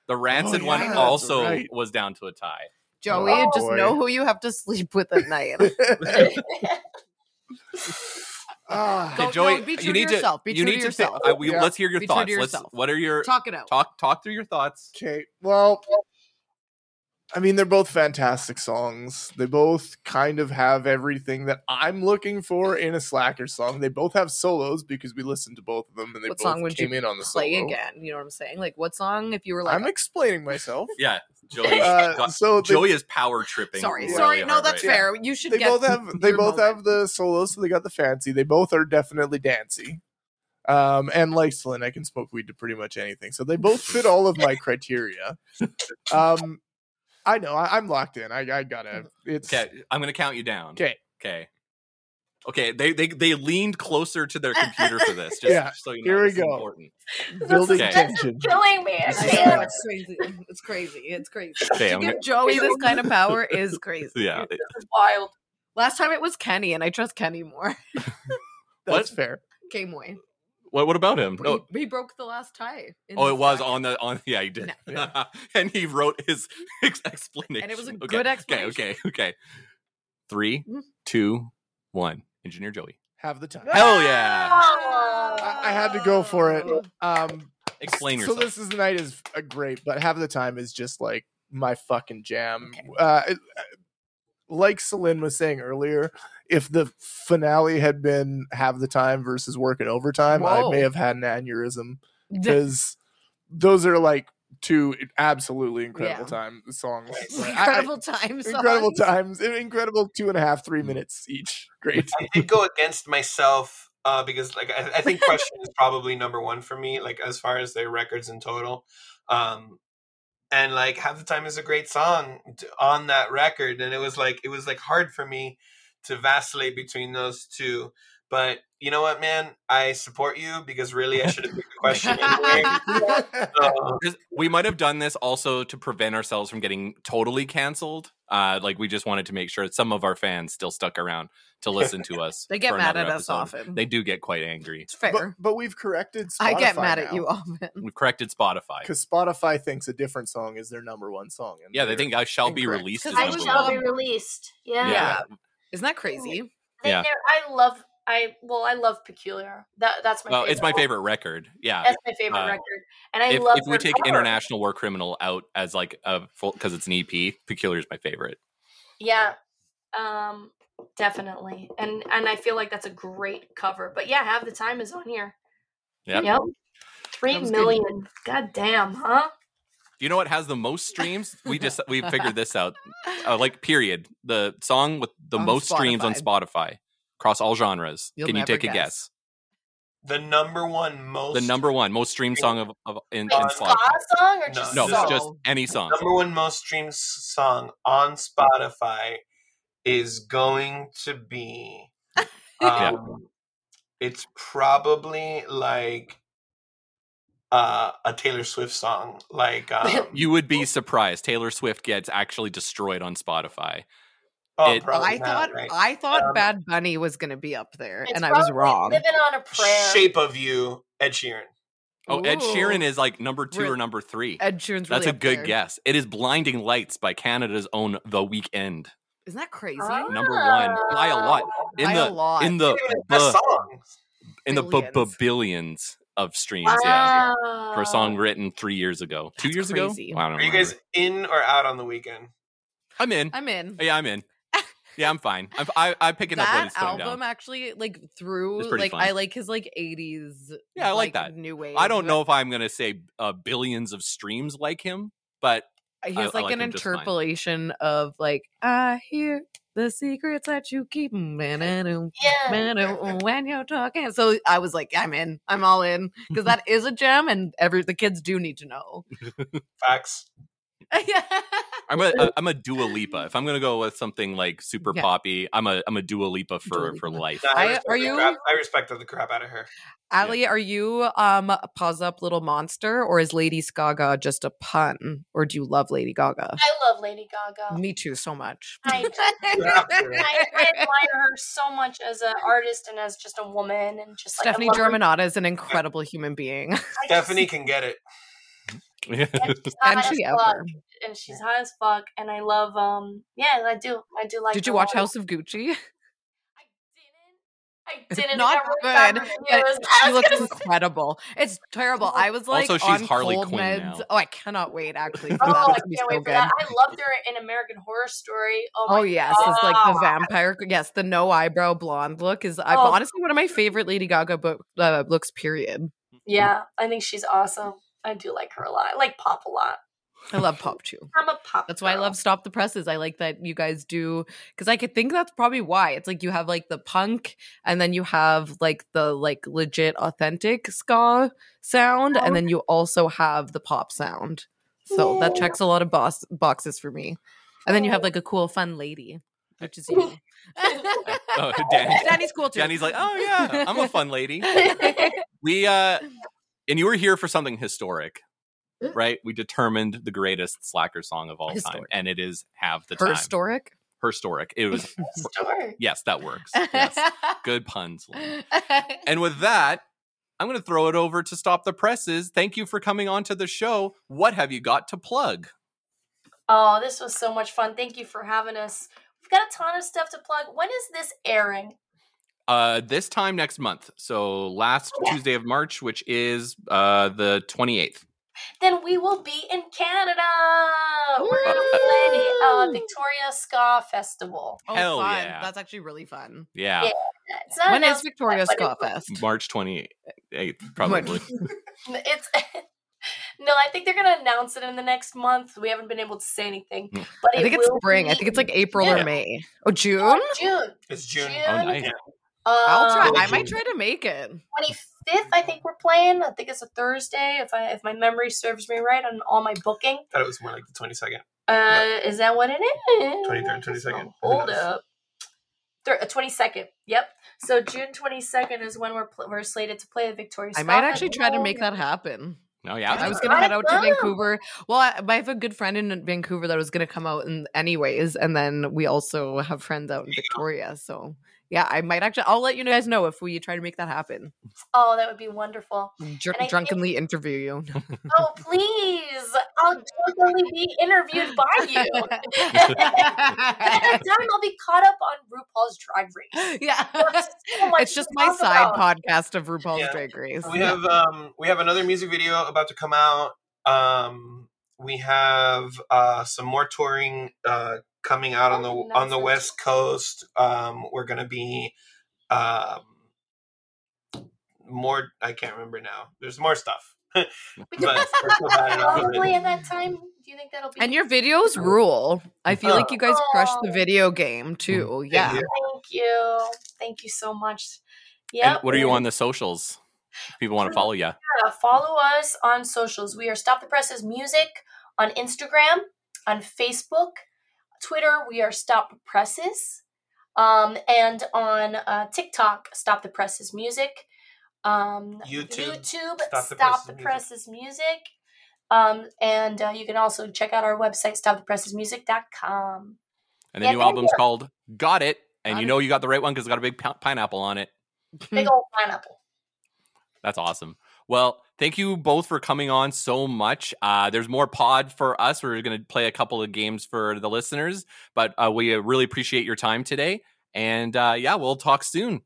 The rancid Oh, yeah, one that's also right. was down to a tie. Joey, Oh, just boy. know who you have to [LAUGHS] sleep with at night. Ah, Go- Okay, Joey, no, be true you to need yourself. Be you true to need to. yourself. I- we- Yeah. Let's hear your Be true to thoughts. Let's. yourself. What are your [LAUGHS] Talk it out. talk? Talk through your thoughts. okay. Well, I mean, they're both fantastic songs. They both kind of have everything that I'm looking for in a slacker song. They both have solos because we listened to both of them, and they What both song would came you in on the Play solo. again. You know what I'm saying? Like what song? If you were like, I'm explaining [LAUGHS] myself. Yeah, Joey. Uh, so they, Joey is power tripping. sorry, really sorry, no, hard that's right fair. You [LAUGHS] should. they get both have they your both moment. have the solos, so they got the fancy. They both are definitely dancy. Um, and like Celine, I can smoke weed to pretty much anything. So they both fit all of my [LAUGHS] criteria. Um, I know I, I'm locked in. I, I gotta. It's now. Okay, I'm gonna count you down. 'Kay. Okay. Okay. They they they leaned closer to their computer for this. Just, Yeah, So you know, here we this is go. Important. building Okay. tension. Killing me. I I can't. know, [LAUGHS] it's crazy. It's crazy. It's crazy. Okay. to I'm give gonna, Joey this kind of power is crazy. yeah. This is wild. Last time it was Kenny, and I trust Kenny more. [LAUGHS] That's fair. Came away. What what about him? He, No. he broke the last tie. in Oh, the it was stack. on the on. Yeah, he did. Yeah. [LAUGHS] and he wrote his [LAUGHS] ex- explanation. And it was a okay. good explanation. Okay. Okay. Okay. Three, Mhm. two, one. Engineer Joey. Have the time. Hell yeah! Oh. I, I had to go for [LAUGHS] it. Um, Explain so yourself. this is the night is uh, great, but half of the time is just like my fucking jam. Uh, it- like Celine was saying earlier, if the finale had been half the time versus working overtime, I may Whoa. have had an [LAUGHS] aneurysm D- because those are like two absolutely incredible Yeah. time [LAUGHS] songs. Like, I- I- incredible times. incredible times, incredible two and a half, Mm. three minutes each. [LAUGHS] Great. [LAUGHS] I did go against myself uh, because, like, I, [LAUGHS] I think Question is probably number one for me, like, as far as their records in total. Um, and like, Half the Time is a great song t- on that record, and it was like, it was like hard for me to vacillate between those two. But you know what, man? I support you because really, I should have picked the question. [LAUGHS] anyway. So, Just- we might have done this also to prevent ourselves from getting totally canceled. Uh, like we just wanted to make sure that some of our fans still stuck around to listen to us. [LAUGHS] They get for mad another at us episode. often. They do get quite angry. it's But, fair. but we've corrected. Spotify I get mad at now. you often. We've corrected Spotify. because Spotify thinks a different song is their number one song. and Yeah, they they're- think I shall be Incorrect. released. Is 'Cause I number shall one. be released. Yeah. Yeah. Yeah. Isn't that crazy? They, Yeah. yeah. I love. I well, I love Peculiar. That that's my. Well, favorite. it's my favorite record. Yeah. That's my favorite Uh, record, and I if, love. if we her take cover. International War Criminal out as like a full because it's an EP, Peculiar is my favorite. Yeah. Um. Definitely, and and I feel like that's a great cover. But yeah, half the time is on here. Yep. Yep. Three That was good. million. God damn, huh? You know what has the most streams? We just we figured this out. Oh, Uh, like period, the song with the On most streams on Spotify across all genres. You'll Can you never take a guess? guess. the number one most The number one most streamed song of, of in, in Like, ska Spotify. song or No, just No, song? it's just any song. number one most streamed s- song on Spotify is going to be. Um, Yeah. It's probably like uh, a Taylor Swift song. Like um, You would be surprised. Taylor Swift gets actually destroyed on Spotify. oh, it- probably I not, thought right? I thought Um, Bad Bunny was gonna be up there, It's and I was probably wrong. Living on a prayer. Shape of You, Ed Sheeran. Oh, Ed Ooh. Sheeran is like number two Re- or number three. Ed Sheeran's really That's a up good there. guess. It is "Blinding Lights" by Canada's own The Weeknd. Isn't that crazy? Ah. Number one by a lot. In By the a lot. in Oh, the Even the bu- best song. in the bu- bu- Billions. billions of streams. Yeah, Wow. for a song written three years ago, two That's years crazy. ago. I don't Are you guys remember. in or out on the weekend? I'm in. Oh, I'm in. yeah, I'm in. Yeah, I'm fine. I'm I, I'm picking up what that he's putting album down. actually like through It's pretty like fun. I like his like 80s. Yeah, I like that. new wave. I don't know if I'm gonna say uh, billions of streams like him, but He I- has I like, like an him just fine. interpolation of like I hear the secrets that you keep mm, [LAUGHS] man, um, Yeah. man, um, when you're talking. So I was like, I'm in. I'm [LAUGHS] [LAUGHS] all in because that is a gem, and every the kids do need to know. Facts. I'm a a- I'm a Dua Lipa. If I'm gonna go with something like super Yeah. poppy, I'm a I'm a Dua Lipa for Dua for Lipa. life. Nah, I- respect are the you- crap- I respected the crap out of her. Allie, are you um a pause up little monster or is Lady Gaga just a pun or do you love Lady Gaga? I love Lady Gaga. Me too, so much. [LAUGHS] [LAUGHS] I do. I, I admire her so much as an artist and as just a woman and just like I Stephanie love her- Germanotta is an incredible human being, [LAUGHS] I just- Stephanie can get it. and she's hot and she as fuck. ever. And she's hot as fuck. And I love um yeah, I do. I do like Did you her a watch lot. House of Gucci? I didn't. I It's didn't. not I wrote down good, reviews. but [LAUGHS] I She was looks [LAUGHS] gonna say- incredible. It's terrible. I was like, Also, she's on Harley cold Quinn meds. now. Oh, I cannot wait actually for Oh, that. I It's can't gonna be wait so for good. that. I loved her in American Horror Story. Oh, Oh my yes, it's like the God. vampire. Yes, the no eyebrow blonde look is I'm Oh. honestly one of my favorite Lady Gaga book uh, looks. Period. Yeah, I think she's awesome. I do like her a lot. I like pop a lot. I love pop too. I'm a pop. That's why I girl. [LAUGHS] love [LAUGHS] Stop the Presses. I like that you guys do because I could think that's probably why it's like you have like the punk and then you have like the like legit authentic ska sound Oh. and then you also have the pop sound. So that Yeah. checks a lot of boss boxes for me. And then you Oh. have like a cool, fun lady, which [LAUGHS] is you. [LAUGHS] [LAUGHS] Oh, Danny. Danny's cool too. Jenny's like, oh yeah, [LAUGHS] I'm a fun lady. We uh, and you were here for something historic, right? We determined the greatest slacker song of all time, Historic. and it is "Have the Time." historic. Historic. It [LAUGHS] was Story. yes, that works. Yes, good puns. Lynn. [LAUGHS] And with that, I'm going to throw it over to Stop the Presses. Thank you for coming on to the show. What have you got to plug? Oh, this was so much fun. Thank you for having us. We've got a ton of stuff to plug. When is this airing? Uh, this time next month, so last Yeah. Tuesday of March, which is uh the 28th. then we will be in Canada. We're gonna be playing the uh, Woo! Victoria Ska Festival. [LAUGHS] Oh, Hell fun. yeah. That's actually really fun. Yeah, It's not when is announced Victoria yet, Ska but Fest? March [LAUGHS] 28th, probably. It's it's- [LAUGHS] no, I think they're gonna announce it in the next month. We haven't been able to say anything, Mm. but Hmm. I it think it's will spring. I be think it's like April Yeah. or May. Oh, June? in June. It's June. June. Oh, nice. I'll try. Uh, I might try to make it. 25th, I think we're playing. I think it's a Thursday, if I if my memory serves me right on all my booking. thought it was more like the 22nd. Uh, is that what it is? 23rd, 22nd. Hold up. Thir- uh, 22nd. Yep. So June 22nd is when we're pl- we're slated to play the Victoria. I Scott might actually try to Festival. make that happen. No, Oh, yeah, I was Yeah. gonna head Right out to on. Vancouver. Well, I, I have a good friend in Vancouver that was gonna come out in anyways, and then we also have friends out in Victoria. So yeah, I might actually. I'll let you guys know if we try to make that happen. Oh, that would be [LAUGHS] wonderful. Dr- And I think- drunkenly interview you. Oh, please. I'll totally be interviewed by [LAUGHS] you. [LAUGHS] At that time, I'll be caught up on RuPaul's Drag [LAUGHS] Race. yeah, There's so much it's to just my talk side about. podcast of RuPaul's Yeah. Drag Race. We have um we have another music video about to come out. Um we have uh some more touring uh coming out on the on the West Coast. Um we're going to be um more I can't remember now. There's more stuff. [LAUGHS] but we're still bad at all of it. [LAUGHS] Probably at that time. Do you think that'll be? And your Oh. videos rule. I feel like you guys crushed the Oh. video Mm-hmm. game too. Yeah. you. Thank you. Thank you so much. And Yeah. what are you on the socials? If people [LAUGHS] want to follow you. Uh, follow us on socials. We are Stop the Presses Music on Instagram, on Facebook, Twitter. We are Stop the Presses, um, and on uh, TikTok, Stop the Presses Music. Um, YouTube, YouTube, Stop Stop the the, Presses Presses Music. Music. Um, and uh, you can also check out our website, [LAUGHS] stopthepressesmusic.com. And the Yeah, new thank album's called Got It. And Got you It. know you got the right one because it's got a big pi- pineapple on it. Big old pineapple. That's awesome. Well, thank you both for coming on so much. Uh, there's more pod for us. We're going to play a couple of games for the listeners, but uh, we really appreciate your time today. And uh, yeah, we'll talk soon.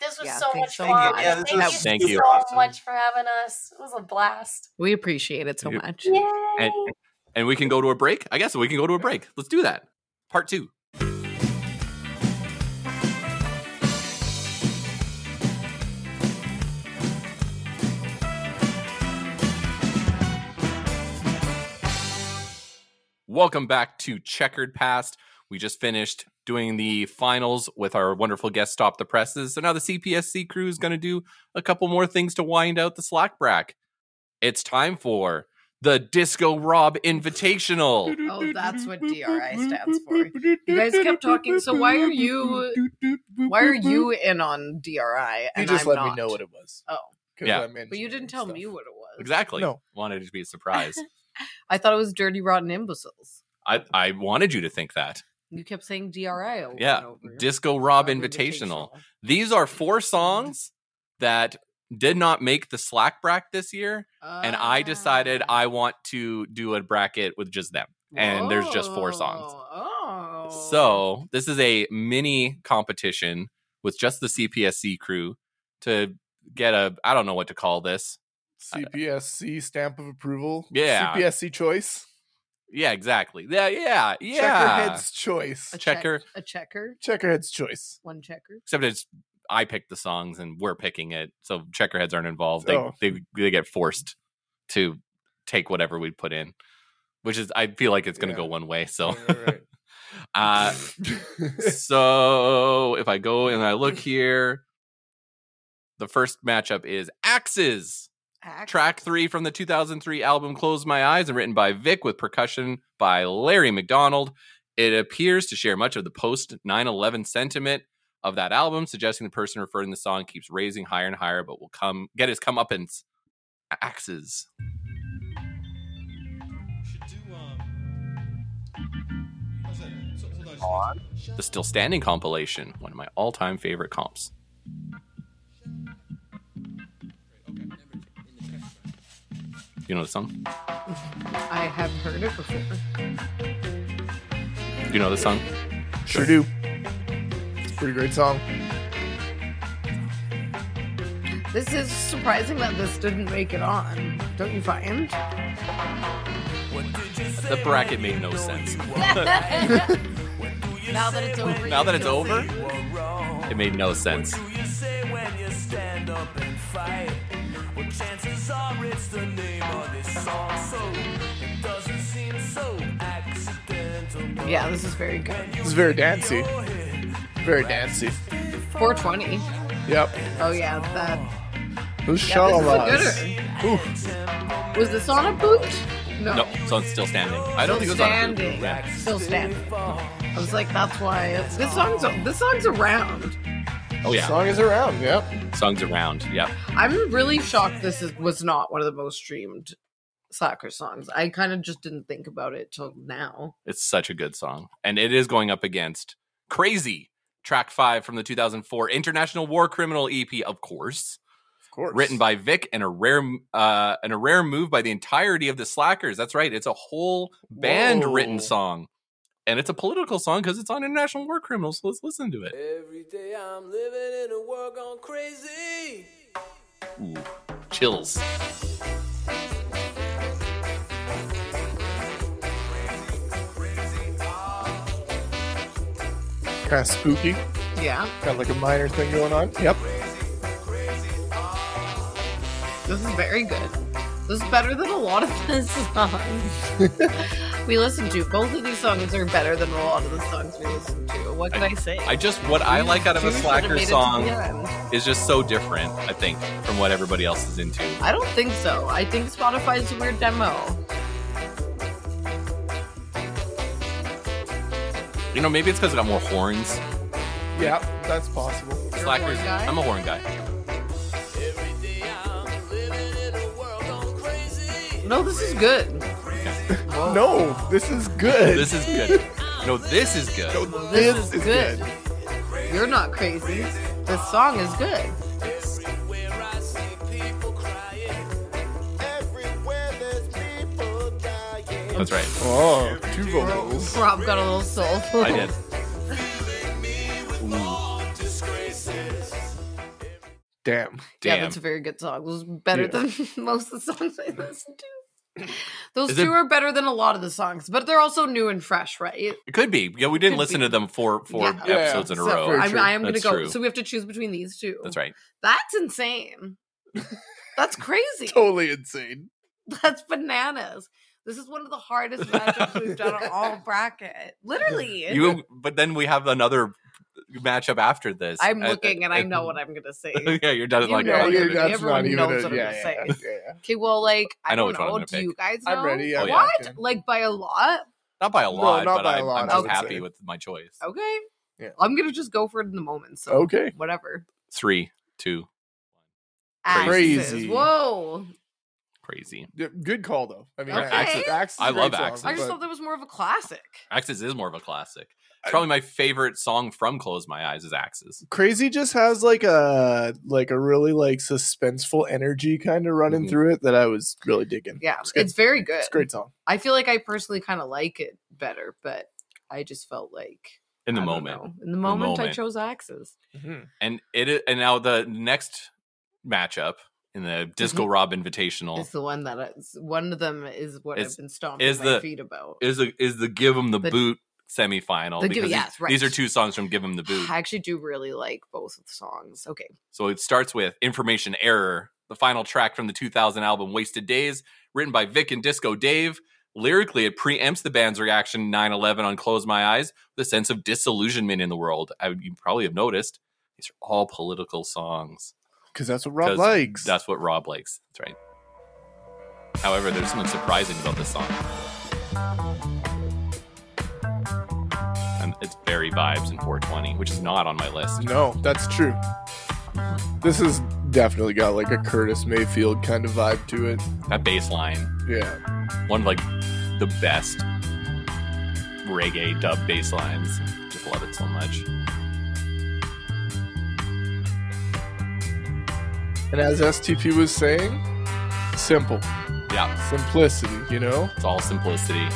This was Yeah, so much thanks so fun. much. Yeah, this Thank you was Thank so you. awesome. much for having us. It was a blast. We appreciate it so You- much. Yay! And, and we can go to a break. I guess we can go to a break. Let's do that. Part two. Welcome back to Checkered Past. We just finished doing the finals with our wonderful guest Stop the Presses. So now the CPSC crew is going to do a couple more things to wind out the slack brack. It's time for the Disco Rob [LAUGHS] Invitational. Oh, that's what DRI stands for. You [LAUGHS] guys kept talking, so why are you- Why [LAUGHS] are you in on DRI? You And just I'm let me not? know what it was. Oh. 'Cause Yeah. I'm But you didn't engineering tell me stuff. what it was. Exactly. No. Wanted it to be a [LAUGHS] surprise. I thought it was Dirty Rotten Imbeciles. I, I wanted you to think that. You kept saying DRI over Yeah, and over. Disco Rob Invitational. These are four songs that did not make the Slack bracket this year. And I decided Ah. I want to do a bracket with just them. and there's just four songs. Oh. oh. So this is a mini competition with just the CPSC crew to get a I don't know what to call this. CPSC stamp of approval. Yeah. CPSC choice. Yeah, exactly. Yeah, yeah, yeah. Checkerhead's choice. a checker. check, a checker, Checkerhead's choice. one checker. Except it's I picked the songs and we're picking it, so checkerheads aren't involved. They Oh. they they get forced to take whatever we put in, which is I feel like it's going to Yeah. go one way. [LAUGHS] So, Right, [LAUGHS] uh, so if I go and I look here, the first matchup is Axes. Axe. Track three from the 2003 album Close My Eyes and written by Vic with percussion by Larry McDonald. It appears to share much of the post 9 11 sentiment of that album, suggesting the person referring to the song keeps raising higher and higher, but will come get his comeuppance. Axes. The Still Standing compilation, one of my all time favorite comps. You know the song? I have heard it before. You know the song? [LAUGHS] Sure do. It's a pretty great song. This is surprising that this didn't make it on. Don't you find? The bracket made no [LAUGHS] sense. now that it's over. Now you that it's feel over, it made no sense. safe. Yeah, this is very good. It's very dancey. Very dancey. 420. Yep. Oh yeah, that. Those Yeah, this is a shalalas. gooder. Ooh, Was this on a boot? No. No, so it's still standing. I don't think it was on a standing. boot. Yeah. Still standing. I was like, that's why this song's this song's around. Oh yeah, Song is around. Yep. songs around. Yeah, I'm really shocked this is, was not one of the most streamed soccer songs. I kind of just didn't think about it till now. it's such a good song, and it is going up against "Crazy," track five from the 2004 International War Criminal EP, of course, Of course. written by Vic, and a rare uh, and a rare move by the entirety of the Slackers. That's right, it's a whole band written Whoa. song, and it's a political song because it's on International War Criminals. So let's listen to it. Every day I'm living in a world gone crazy. Ooh, chills. Kind of spooky. Yeah, Got like a minor thing going on. Yep. this is very good. This is better than a lot of [LAUGHS] the songs we listened to. Both of these songs are better than a lot of the songs we listened to. What can I, say? I just what I like out of a Jews should've slacker made it to song the end. is just so different. I think from what everybody else is into. I don't think so. I think Spotify's a weird demo. You know, maybe it's because I got more horns. Yep. That's possible. You're a horn Slackers. guy? I'm a horn [LAUGHS] guy. Every day I'm living in a world gone crazy. No, this is good. No, this is good. This is good. No, this is good. This is good. You're not crazy. This song is good. Everywhere I see people crying. Everywhere there's people dying. That's right. [LAUGHS] Oh, two [LAUGHS] vocals. Rob got a little soulful. I did. Damn. Yeah, Damn. that's a very good song. It was better Yeah. than [LAUGHS] most of the songs I listened to. [LAUGHS] Those Is two it- are better than a lot of the songs, but they're also new and fresh, right? It could be. Yeah, we didn't Could listen be. to them four four Yeah. Yeah. episodes in a So row. Very I'm, true. I am going to That's go. true. So we have to choose between these two. That's right. That's [LAUGHS] insane. That's crazy. Totally insane. [LAUGHS] That's bananas. This is one of [LAUGHS] the hardest matchups we've done on all bracket. Literally. You. But then we have another matchup after this. I'm Uh, looking and I know [LAUGHS] what I'm gonna say. Okay, yeah, you're done. You like know that. what you're yeah, gonna- that's everyone not even knows a- what I'm yeah, gonna yeah, say. yeah, yeah. well, like I, I know don't which one I'm know. gonna Do you pick. guys know? I'm ready, yeah, Oh, yeah. What? okay. Like by a lot? not by a No, lot, not but by a I'm, lot, I'm I just would happy say. with my choice. Okay. Yeah. I'm gonna just go for it in the moment. So Okay. whatever. Three, two, Axes. Crazy. Whoa. crazy. Yeah, Good call though. I mean, Okay. Axis, Axis is I a great love song, Axis. I just but- thought that was more of a classic. Axis is more of a classic. I- It's probably my favorite song from Close My Eyes is Axis. Crazy just has like a like a really like suspenseful energy kind of running Mhm. through it that I was really digging. Yeah. it's It's, good. very good. It's a great song. I feel like I personally kind of like it better, but I just felt like In the I don't moment. know. In the moment, I moment. chose axes. And it i- and now the next matchup in the Disco Rob Invitational It's Mm-hmm. the one that I, it's- one of them is what Is- I've been stomping is my the- feet about. is the is the Give 'em the, The- Boot semifinal. the Give- because yes, these, right. these are two songs from Give 'em the Boot. I actually do really like both of the songs. Okay. So it starts with Information Error, the final track from the 2000 album Wasted Days, written by Vic and Disco Dave. Lyrically, it preempts the band's reaction 9 11 on Close My Eyes, the sense of disillusionment in the world. I, would- you probably have noticed these are all political songs. Because that's what Rob 'Cause likes. That's what Rob likes. That's right. However, there's something surprising about this song. And Um, it's very vibes and 420, which is not on my list. no, that's true. This has definitely got like a Curtis Mayfield kind of vibe to it. That bass line. Yeah. one of like the best reggae dub bass lines. Just love it so much. And as STP was saying, simple. Yeah, Simplicity, you know? it's all simplicity.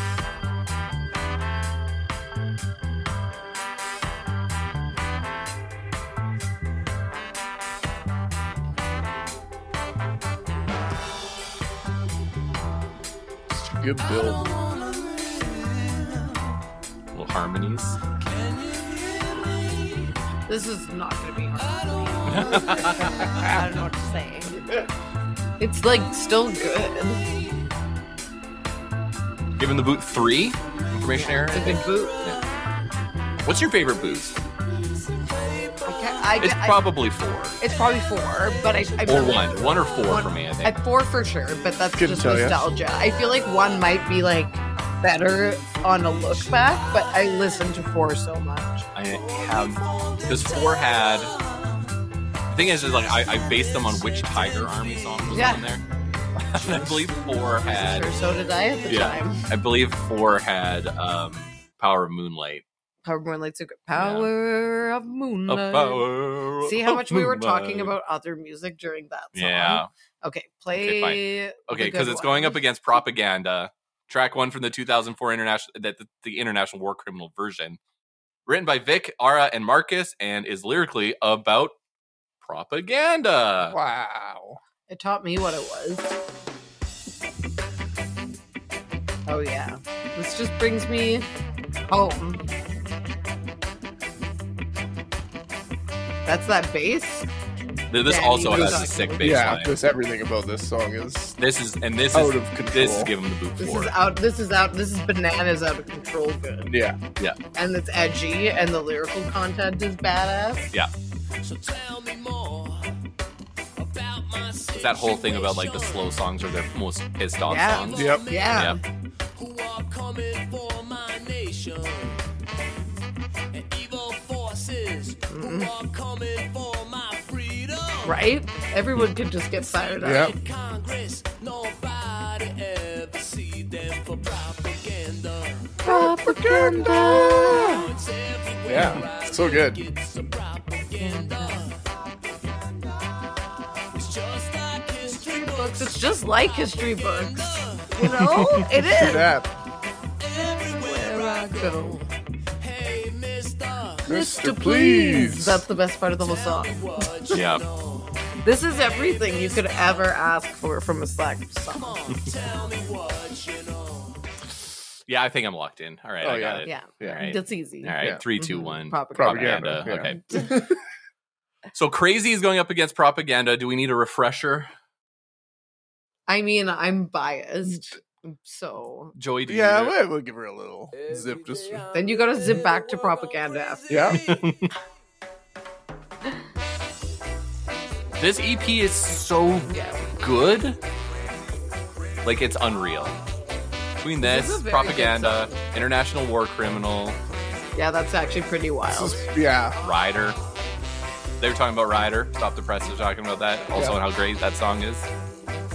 Just a good build. Uh, Little harmonies. [LAUGHS] This is not going to be hard. I don't know what to say. It's like still good. Given the boot three, information It's a error. good boot. What's your favorite boot? I can't, I, It's I- probably four it's probably four, but I, I or one, one or four One. for me. I think. At four for sure, but that's Couldn't just tell ya. nostalgia. I feel like one might be like better on a look back, but I listen to four so much. I have because four had. The thing is, is like I, I based them on which Tiger Army song was Yeah. on there. [LAUGHS] and I believe four had. Sure, so did I at the Yeah. time. I believe four had um, Power of Moonlight. Power of Moonlight's a good power of A moonlight. power Uh, See how of much we were talking moonlight. about other music during that song. Yeah. Okay, Okay, play. fine. the Okay, good because it's going one. up against propaganda. Track one from the 2004 international that the, the international war criminal version, written by Vic, Ara, and Marcus, and is lyrically about propaganda. Wow. It taught me what it was. Oh yeah, this just brings me home. That's that bass. Th- This Yeah, also I mean, has this a is- sick bass Yeah, line. just everything about this song is This is and this out is of control. this is giving the boot Oh, This floor. is out. This is out. This is bananas out of control. Good, yeah. and it's edgy, and the lyrical content is badass. So tell me more about my It's that whole thing about like the slow songs are the most pissed off Yeah. songs. Yep. Yeah, Who are coming for my nation? And evil forces who Mm-mm. are coming for my freedom. Mm-hmm. right. Everyone could just get fired up. Yeah. In Congress, nobody ever see them for propaganda. Propaganda. It's everywhere Yeah. I So good. It's a propaganda. It's just like history books. It's just like history books. [LAUGHS] You know, it is. That. Everywhere I go. Hey, mister. Mr. Please. That's the best part of the whole song. What you Yeah. know? This is everything you could ever ask for from a Slack Come song. on, tell me what you know. Yeah, I think I'm locked in. All right, Oh, I got yeah. it. Yeah, All right. that's easy. All right, Yeah. three, two, Mhm. one. Propaganda, Propaganda. [LAUGHS] Okay. so crazy is going up against propaganda. Do we need a refresher? I mean, I'm biased. So Joey, do Yeah, you we'll, we'll give her a little zip just for then you gotta zip back to propaganda after. Yeah. this EP is so good. Like it's unreal. Between This is this, a very good propaganda, international war criminal, Yeah, that's actually pretty wild. this is, yeah. Rider. They were talking about Rider. Stop the press was talking about that. Also, on how great that song is.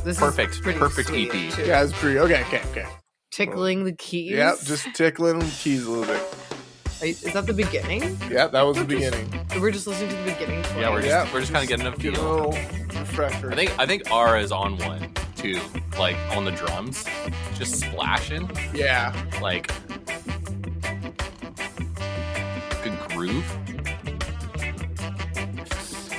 This Perfect, is pretty perfect E sweet, EP. too. Yeah, it's pretty okay, okay, okay. Tickling the keys. Yep, just tickling the keys a little Are you- is that the beginning? bit. Yeah, that was the beginning. We're just listening to the beginning. Yeah, we're twice. just Yeah, we're just kind of getting a Give it a feel. little refresher. I think I think Ara is on one too, like on the drums, just splashing, yeah. like good groove.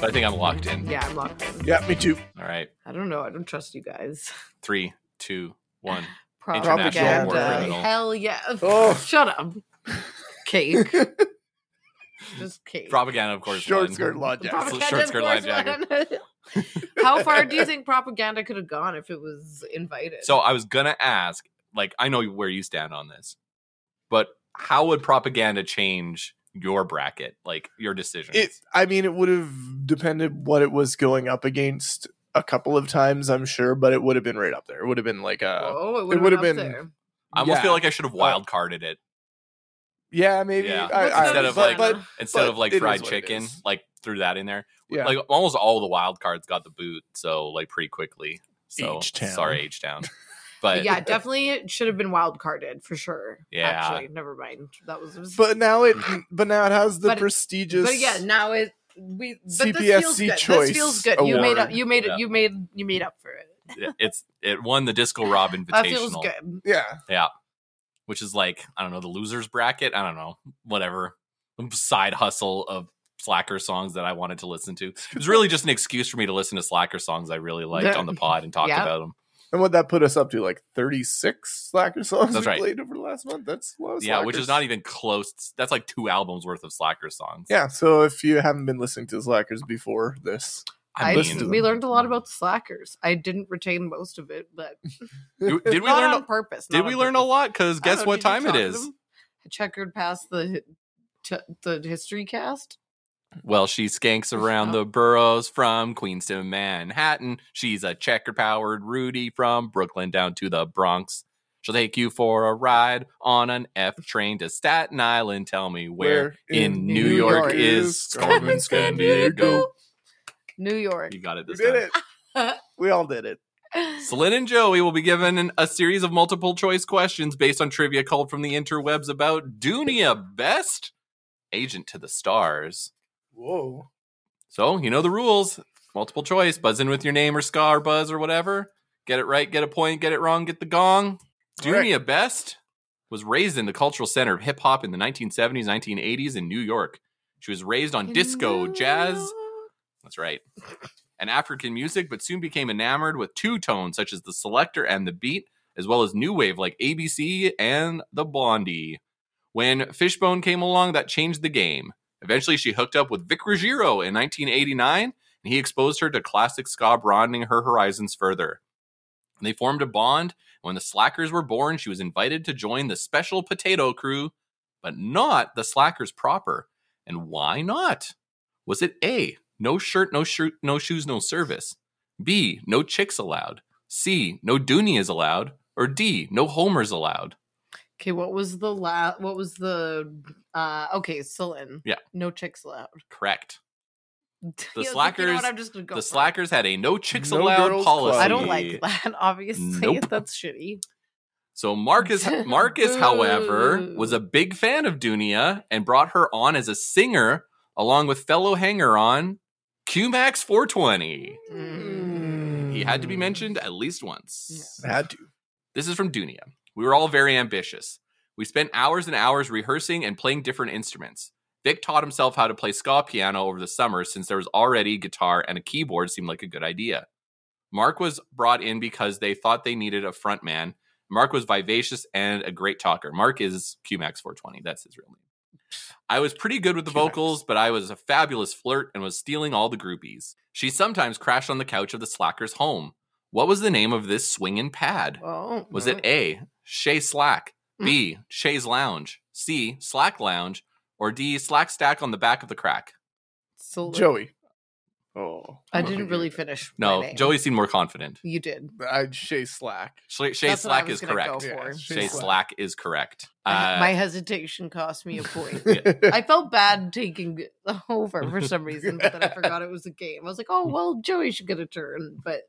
But I think I'm locked in. yeah, I'm locked in. Yeah, me too. All right, I don't know. I don't trust you guys. three, two, one. [LAUGHS] International war Propaganda. criminal. Hell yeah. Oh. [LAUGHS] Shut up. Cake. just cake. Propaganda, of course. Short won. skirt law jacket. Propaganda. short skirt of line course, won. [LAUGHS] How far [LAUGHS] do you think propaganda could have gone if it was invited? So uh, I was gonna ask, like, I know where you stand on this, but how would propaganda change your bracket, like your decisions? It. I mean, it would have depended what it was going up against a couple of times, I'm sure, but it would have been right up there. It would have been like a oh, it it would would have have been, been- up there. I almost yeah. feel like I should have wild carded it yeah, maybe. Yeah. I, What's I, Instead of, but, like- [SNIFFS] but instead But of like it is fried what it chicken. is. Like threw that in there. yeah, Like almost all the wild cards got the boot, so like pretty quickly. So H-Town. sorry, H Town. [LAUGHS] But But yeah, definitely it should have been wild carded for sure. Yeah. Actually, never mind. That was. but now it. But now it has the But- prestigious. but yeah, now it we but this feels CPSC good. Choice this feels good. You made up. Award. You made it. Yeah. You made you made up for it. it- it's it won the Disco Rob [LAUGHS] That feels Invitational, good. yeah. which is like I don't know the losers bracket. I don't know whatever [LAUGHS] side hustle of slacker songs that I wanted to listen to. It was really just an excuse for me to listen to slacker songs I really liked Yeah. [LAUGHS] on the pod and talk Yeah. about them. And what that put us up to, like 36 slacker songs That's we right. played over the last month. That's low. Yeah, which is not e-, even close. That's like two albums worth of slacker songs. Yeah, so if you haven't been listening to slackers before this, I, I listened mean, to we learned a lot about the slackers. I didn't retain most of it, but do- did we not learn? on purpose? Did not we on learn a purpose. lot? Because I guess don't what need to time it talk to is. them. I checkered past the hi- t- the history cast. Well, she skanks around the boroughs from Queens to Manhattan. She's a checker powered Rudy from Brooklyn down to the Bronx. She'll take you for a ride on an F train to Staten Island. Tell me where, in New, York, is [LAUGHS] Scarman San Diego. New York. You got it We this did time. it. [LAUGHS] we all did it. [SIGHS] Celine and Joey will be given an- a series of multiple choice questions based on trivia culled from the interwebs about Dunia Best, Agent to the Stars. Whoa. So you know the rules. Multiple choice. Buzz in with your name or ska or buzz or whatever. Get it right, get a point, get it wrong, get the gong. Correct. Dunia Best was raised in the cultural center of hip hop in the 1970s, 1980s in New York. She was raised on disco, jazz, that's right, and African music, but soon became enamored with two tones such as the selector and the beat, as well as new wave like ABC and the Blondie. When Fishbone came along, that changed the game. Eventually, she hooked up with Vic Ruggiero in 1989, and he exposed her to classic ska, broadening her horizons further. They formed a bond. and When the Slackers were born, she was invited to join the Special Potato Crew, but not the Slackers proper. And why not? Was it A, no shirt, no shirt, no shoes, no service? B, no chicks allowed? C, no Dooney allowed? Or D, no homers allowed? Okay, what was the la- What was the? uh Okay, Celine. Yeah. No chicks allowed. [LAUGHS] Correct. Yeah, it's like, you know slackers- what, I'm just gonna go the for it. Slackers had a no chicks No allowed girls' policy. club. I don't like that. [LAUGHS] Obviously, Nope. that's shitty. So [LAUGHS] Marcus, Marcus, however, Boo. was a big fan of Dunia and brought her on as a singer along with fellow hanger-on QMax 420. Mm. Mm. He had to be mentioned at least once. Had to. This is from Dunia. We were all very ambitious. We spent hours and hours rehearsing and playing different instruments. Vic taught himself how to play ska piano over the summer since there was already guitar and a keyboard seemed like a good idea. Mark was brought in because they thought they needed a front man. Mark was vivacious and a great talker. Mark is QMax 420. That's his real name. I was pretty good with the QMax. vocals, but I was a fabulous flirt and was stealing all the groupies. She sometimes crashed on the couch of the slackers' home. What was the name of this swingin' pad? Oh, Was it A, Shea Slack, Mm. B, Shay's Lounge, C, Slack Lounge, or D, Slack Stack on the back of the crack? so Joey. Oh, I didn't really finish. my No, name. Joey seemed more confident. You did. I Shay Slack. Shay Shay That's what I Slack was is gonna go correct. for. Yeah, Shay Shay Slack. Slack is correct. I- Uh, my hesitation cost me a point. I, I felt bad taking over for some reason, but then I forgot it was a game. I was like, [LAUGHS] oh, well, Joey should get a turn, but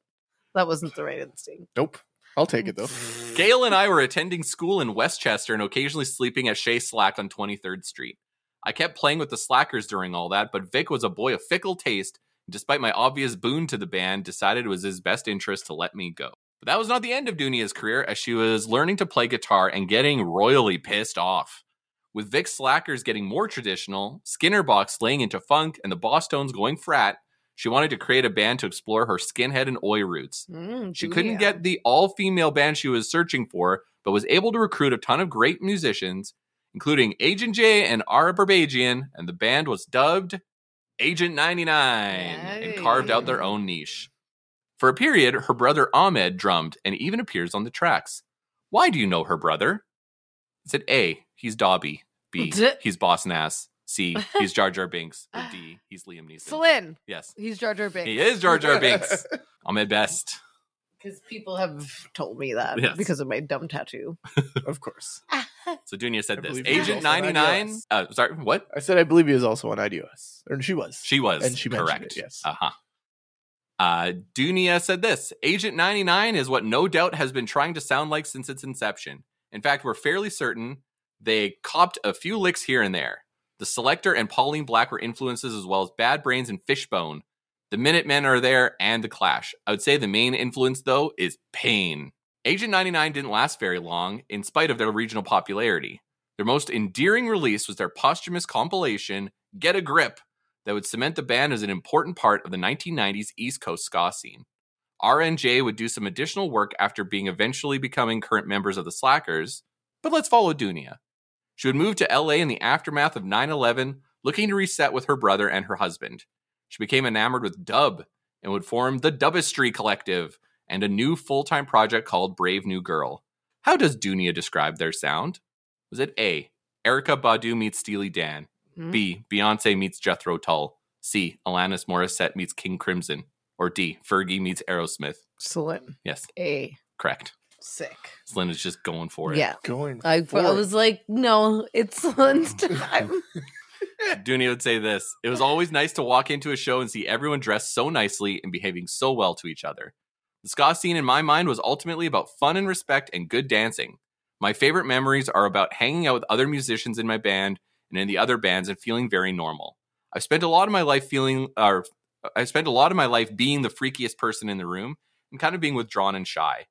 that wasn't the right instinct. [LAUGHS] nope. I'll take [LAUGHS] it though. Mm-hmm. Gail and I were attending school in Westchester and occasionally sleeping at Shea Slack on 23rd Street. I kept playing with the Slackers during all that, but Vic was a boy of fickle taste, and despite my obvious boon to the band, decided it was his best interest to let me go. But that was not the end of Dunia's career, as she was learning to play guitar and getting royally pissed off. With Vic Slackers getting more traditional, Skinnerbox slaying into funk, and the Bosstones going frat, she wanted to create a band to explore her skinhead and oi roots. Mm, She Julia. couldn't get the all female band she was searching for, but was able to recruit a ton of great musicians, including Agent J and Ara Barbagian, and the band was dubbed Agent 99 and carved out their Nice. own niche. For a period, her brother Ahmed drummed and even appears on the tracks. Why do you know her brother? Is it A, he's Dobby, B, D- he's Boss Nass, C, he's Jar Jar Binks, or D, he's Liam Neeson? Flynn. yes. He's Jar Jar Binks. He is Jar Jar Binks. Ahmed Best. Because people have told me that Yes. because of my dumb tattoo. of course. So Dunia said I this. believe he was Agent also on 99. IDOS. Uh, sorry, what? I said I believe he is also on IDOS, or she was. She was And she mentioned correct. it, yes. Uh-huh. Uh Dunia said this. Agent 99 is what no doubt has been trying to sound like since its inception. In fact, we're fairly certain they copped a few licks here and there. The Selector and Pauline Black were influences as well as Bad Brains and Fishbone. The Minutemen are there and The Clash. I would say the main influence though is Pain. Agent 99 didn't last very long in spite of their regional popularity. Their most endearing release was their posthumous compilation, Get a Grip, that would cement the band as an important part of the 1990s East Coast ska scene. RNJ would do some additional work after being eventually becoming current members of the Slackers, but let's follow Dunia. She would move to LA in the aftermath of 9 11, looking to reset with her brother and her husband. She became enamored with dub and would form the Dubistry Collective and a new full time project called Brave New Girl. How does Dunia describe their sound? Was it A, Erica Badu meets Steely Dan? Hmm? B. Beyonce meets Jethro Tull. C. Alanis Morissette meets King Crimson. Or D. Fergie meets Aerosmith. Slim. Yes, A. correct. Sick. Slynn is just going for it. Yeah. Going. I, for I it. was like, no, it's [LAUGHS] Slim's time. [LAUGHS] Dooney would say this It was always nice to walk into a show and see everyone dressed so nicely and behaving so well to each other. The ska scene in my mind was ultimately about fun and respect and good dancing. My favorite memories are about hanging out with other musicians in my band and in the other bands and feeling very normal. I've spent a lot of my life feeling or I spent a lot of my life being the freakiest person in the room and kind of being withdrawn and shy.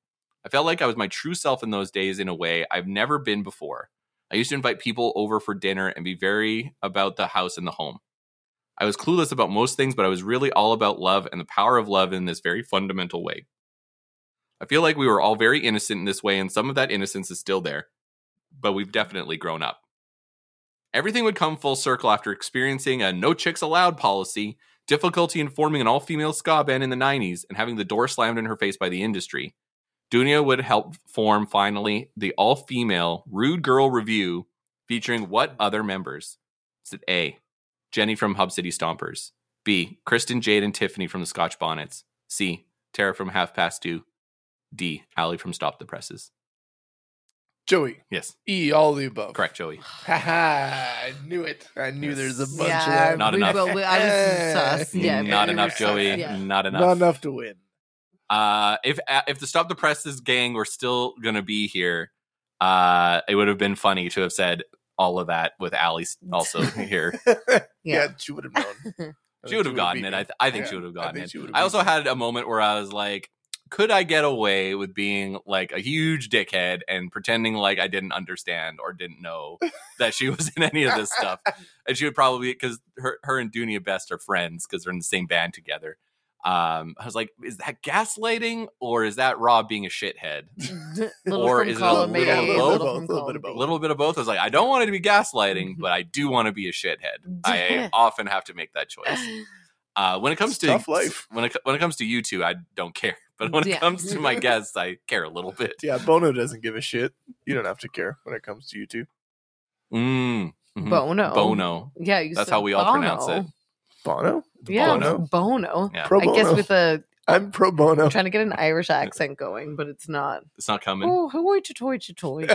I felt like I was my true self in those days in a way I've never been before. I used to invite people over for dinner and be very about the house and the home. I was clueless about most things, but I was really all about love and the power of love in this very fundamental way. I feel like we were all very innocent in this way, and some of that innocence is still there, but we've definitely grown up. Everything would come full circle after experiencing a no chicks allowed policy, difficulty in forming an all female ska band in the 90s, and having the door slammed in her face by the industry. Dunia would help form finally the all female Rude Girl Review featuring what other members? Is it A, Jenny from Hub City Stompers? B, Kristen, Jade, and Tiffany from the Scotch Bonnets? C, Tara from Half Past Two? D, Allie from Stop the Presses? Joey. Yes, E. All the above. correct, Joey. Ha ha! I [LAUGHS] knew it. I knew there's a bunch yeah, of them. Not we, enough. Well, we, I was sus. Yeah, Not we enough, were sus, Joey. yeah. Not enough. Not enough to win. Uh, if uh, if the Stop the Presses gang were still gonna be here, uh, it would have been funny to have said all of that with Allie [LAUGHS] also here. yeah. Yeah. she would [LAUGHS] have known. I she think would have gotten beat it. me. I, th- I think Yeah, she would have I gotten think it. she would've I also beat me. had a moment where I was like, could I get away with being like a huge dickhead and pretending like I didn't understand or didn't know that she [LAUGHS] was in any of this [LAUGHS] stuff? And she would probably because her her and Dunia Best are friends because they're in the same band together. Um, I was like, is that gaslighting or is that Rob being a shithead? little Or from is it a column little A, bit of little both? A little bit from column of B. A little bit of both. I was like, I don't want it to be [LAUGHS] gaslighting, but I do want to be a shithead. I [LAUGHS] often have to make that choice. Uh, when it comes It's to tough life. when it when it comes to you two, I don't care [LAUGHS] But when Yeah. it comes to [LAUGHS] my guests, I care a little bit. Yeah, Bono doesn't give a shit. You don't have to care when it comes to you two. Mm. mhm. Bono. Bono. Yeah, you That's said how we all pronounce Bono. it. Bono? Yeah, Bono. Bono. Bono. Yeah. Pro I guess Bono. with a [LAUGHS] I'm pro Bono. [LAUGHS] I'm trying to get an Irish accent going, but it's not. It's not coming. Oh, hoi to toy to toy.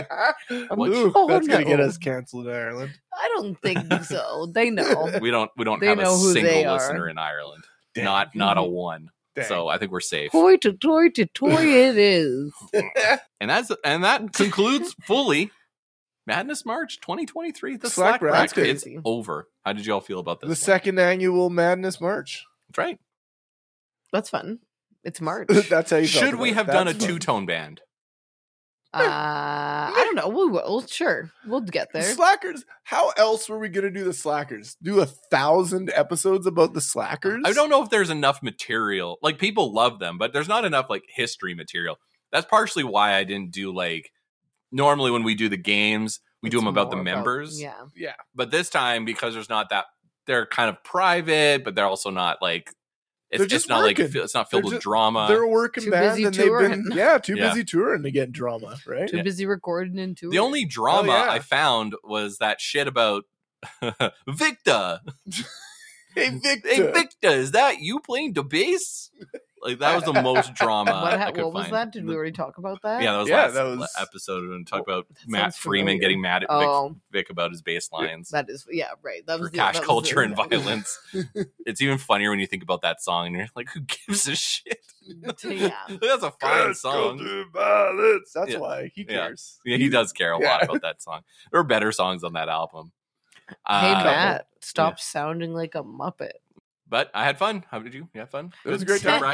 What? Ooh, Oh, that's gonna no. get us canceled in Ireland. I don't think so. [LAUGHS] They know. We don't we don't They have a know who they single are. listener in Ireland. Dang, Not not a one. dang. So I think we're safe. Hoi to toy [LAUGHS] to toy it is. And that's and [LAUGHS] that concludes fully Madness March 2023. The Slack Slack, rack. racket. It's over. How did you all feel about this? the one? second annual Madness March. [LAUGHS] That's right. That's fun. It's March. uh, [LAUGHS] that's how you felt Should we about it. have done a That's fun. two tone band? I don't know. We will. Sure, we'll get there. Slackers. How else were we gonna do the Slackers? Do a thousand episodes about the Slackers? I don't know if there's enough material. Like people love them, but there's not enough like history material. That's partially why I didn't do like normally when we do the games, we do It's them about the more members. yeah. But this time because there's not that they're kind of private, but they're also not like it's, They're it's just not like working. it's not filled They're with ju- drama. They're a working Too band busy and they've been touring. yeah too Yeah. busy touring to get drama, right? Too busy recording and too. The only drama yeah. I found was that shit about [LAUGHS] Victor. Hey Victor, Hey, Victor, is that you playing the bass? Like that was the [LAUGHS] most drama. What, uh, I ha- could what was find. that? Did The- we already talk about that? Yeah, that was Yeah, last that was- Oh, episode when we talked about That Matt sounds Freeman familiar. getting mad at Vic, Oh, Vic about his bass lines that is yeah, right. That for was the- cash that was the- culture [LAUGHS] and violence. it's even funnier when you think about that song and you're like, who gives a shit? yeah. [LAUGHS] That's a fine Let's go song. do violence. That's Yeah. why he Yeah. cares. Yeah, he does care a lot Yeah. about that song. There are better songs on that album. Hey Uh, Matt, stop sounding like a muppet. But I had fun. How did you? You had fun? It was a great time. [LAUGHS]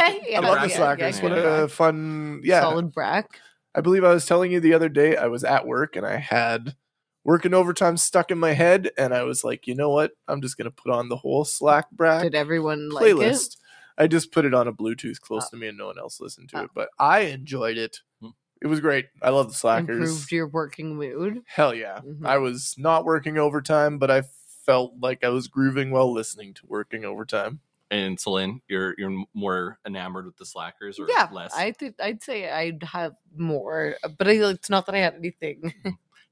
I Yeah, love the yeah, Slackers. yeah, what yeah. a fun yeah. Solid brack. I believe I was telling you the other day I was at work and I had working overtime stuck in my head and I was like, you know what? I'm just gonna put on the whole Slack brack Did everyone like playlist. I just put it on a Bluetooth close Oh. to me and no one else listened to Oh. it, but I enjoyed it. Hmm. It was great. I love the it? Slackers. Improved your working mood. Hell Uh, yeah. Mhm. I was not working overtime, but I felt like I was grooving while listening to working overtime. And Celine, you're you're more enamored with the slackers or yeah, less. I think I'd say I'd have more, but I, it's not that I had anything.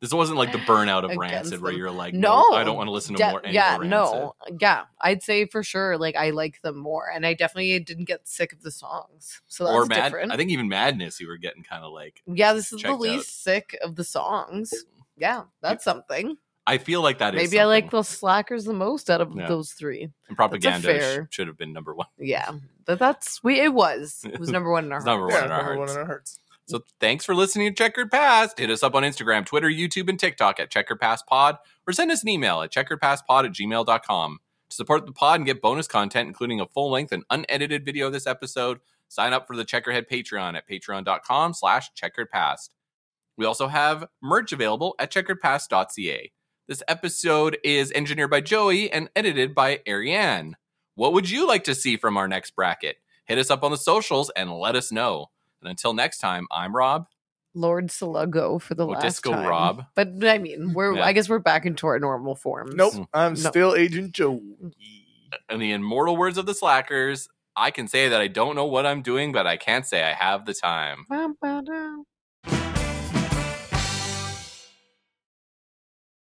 this wasn't like the burnout of Against Rancid where them. you're like, no, No. I don't want to listen to De- more. Any yeah, more Rancid." no, yeah, I'd say for sure. Like I like them more, and I definitely didn't get sick of the songs. So that's or mad. different. I think even madness, you were getting kind of like. yeah, this is checked the out. least sick of the songs. Yeah, that's something. I feel like that is Maybe I like something. the slackers the most out of Yeah. those three. and propaganda sh- fair- should have been number one. Yeah, but that's we. It was. [LAUGHS] It was number one in our It's number hearts. one in our number hearts. one in our hearts. So thanks for listening to Checkered Past. Hit us up on Instagram, Twitter, YouTube, and TikTok at Checkered Past Pod, or send us an email at checkeredpastpod at gmail.com. To support the pod and get bonus content, including a full-length and unedited video of this episode, sign up for the Checkerhead Patreon at patreon.com slash checkeredpast. We also have merch available at checkeredpast.ca. This episode is engineered by Joey and edited by Ariane. What would you like to see from our next bracket? Hit us up on the socials and let us know. And until next time, I'm Rob. Lord Sulago for the Oh, last Disco time. Rob. But I mean, we're Yeah. I guess we're back into our normal forms. Nope, Hmm. I'm No. still Agent Joe. In the immortal words of the Slackers, Mm. I can say that I don't know what I'm doing, but I can't say I have the time. Ba-ba-da.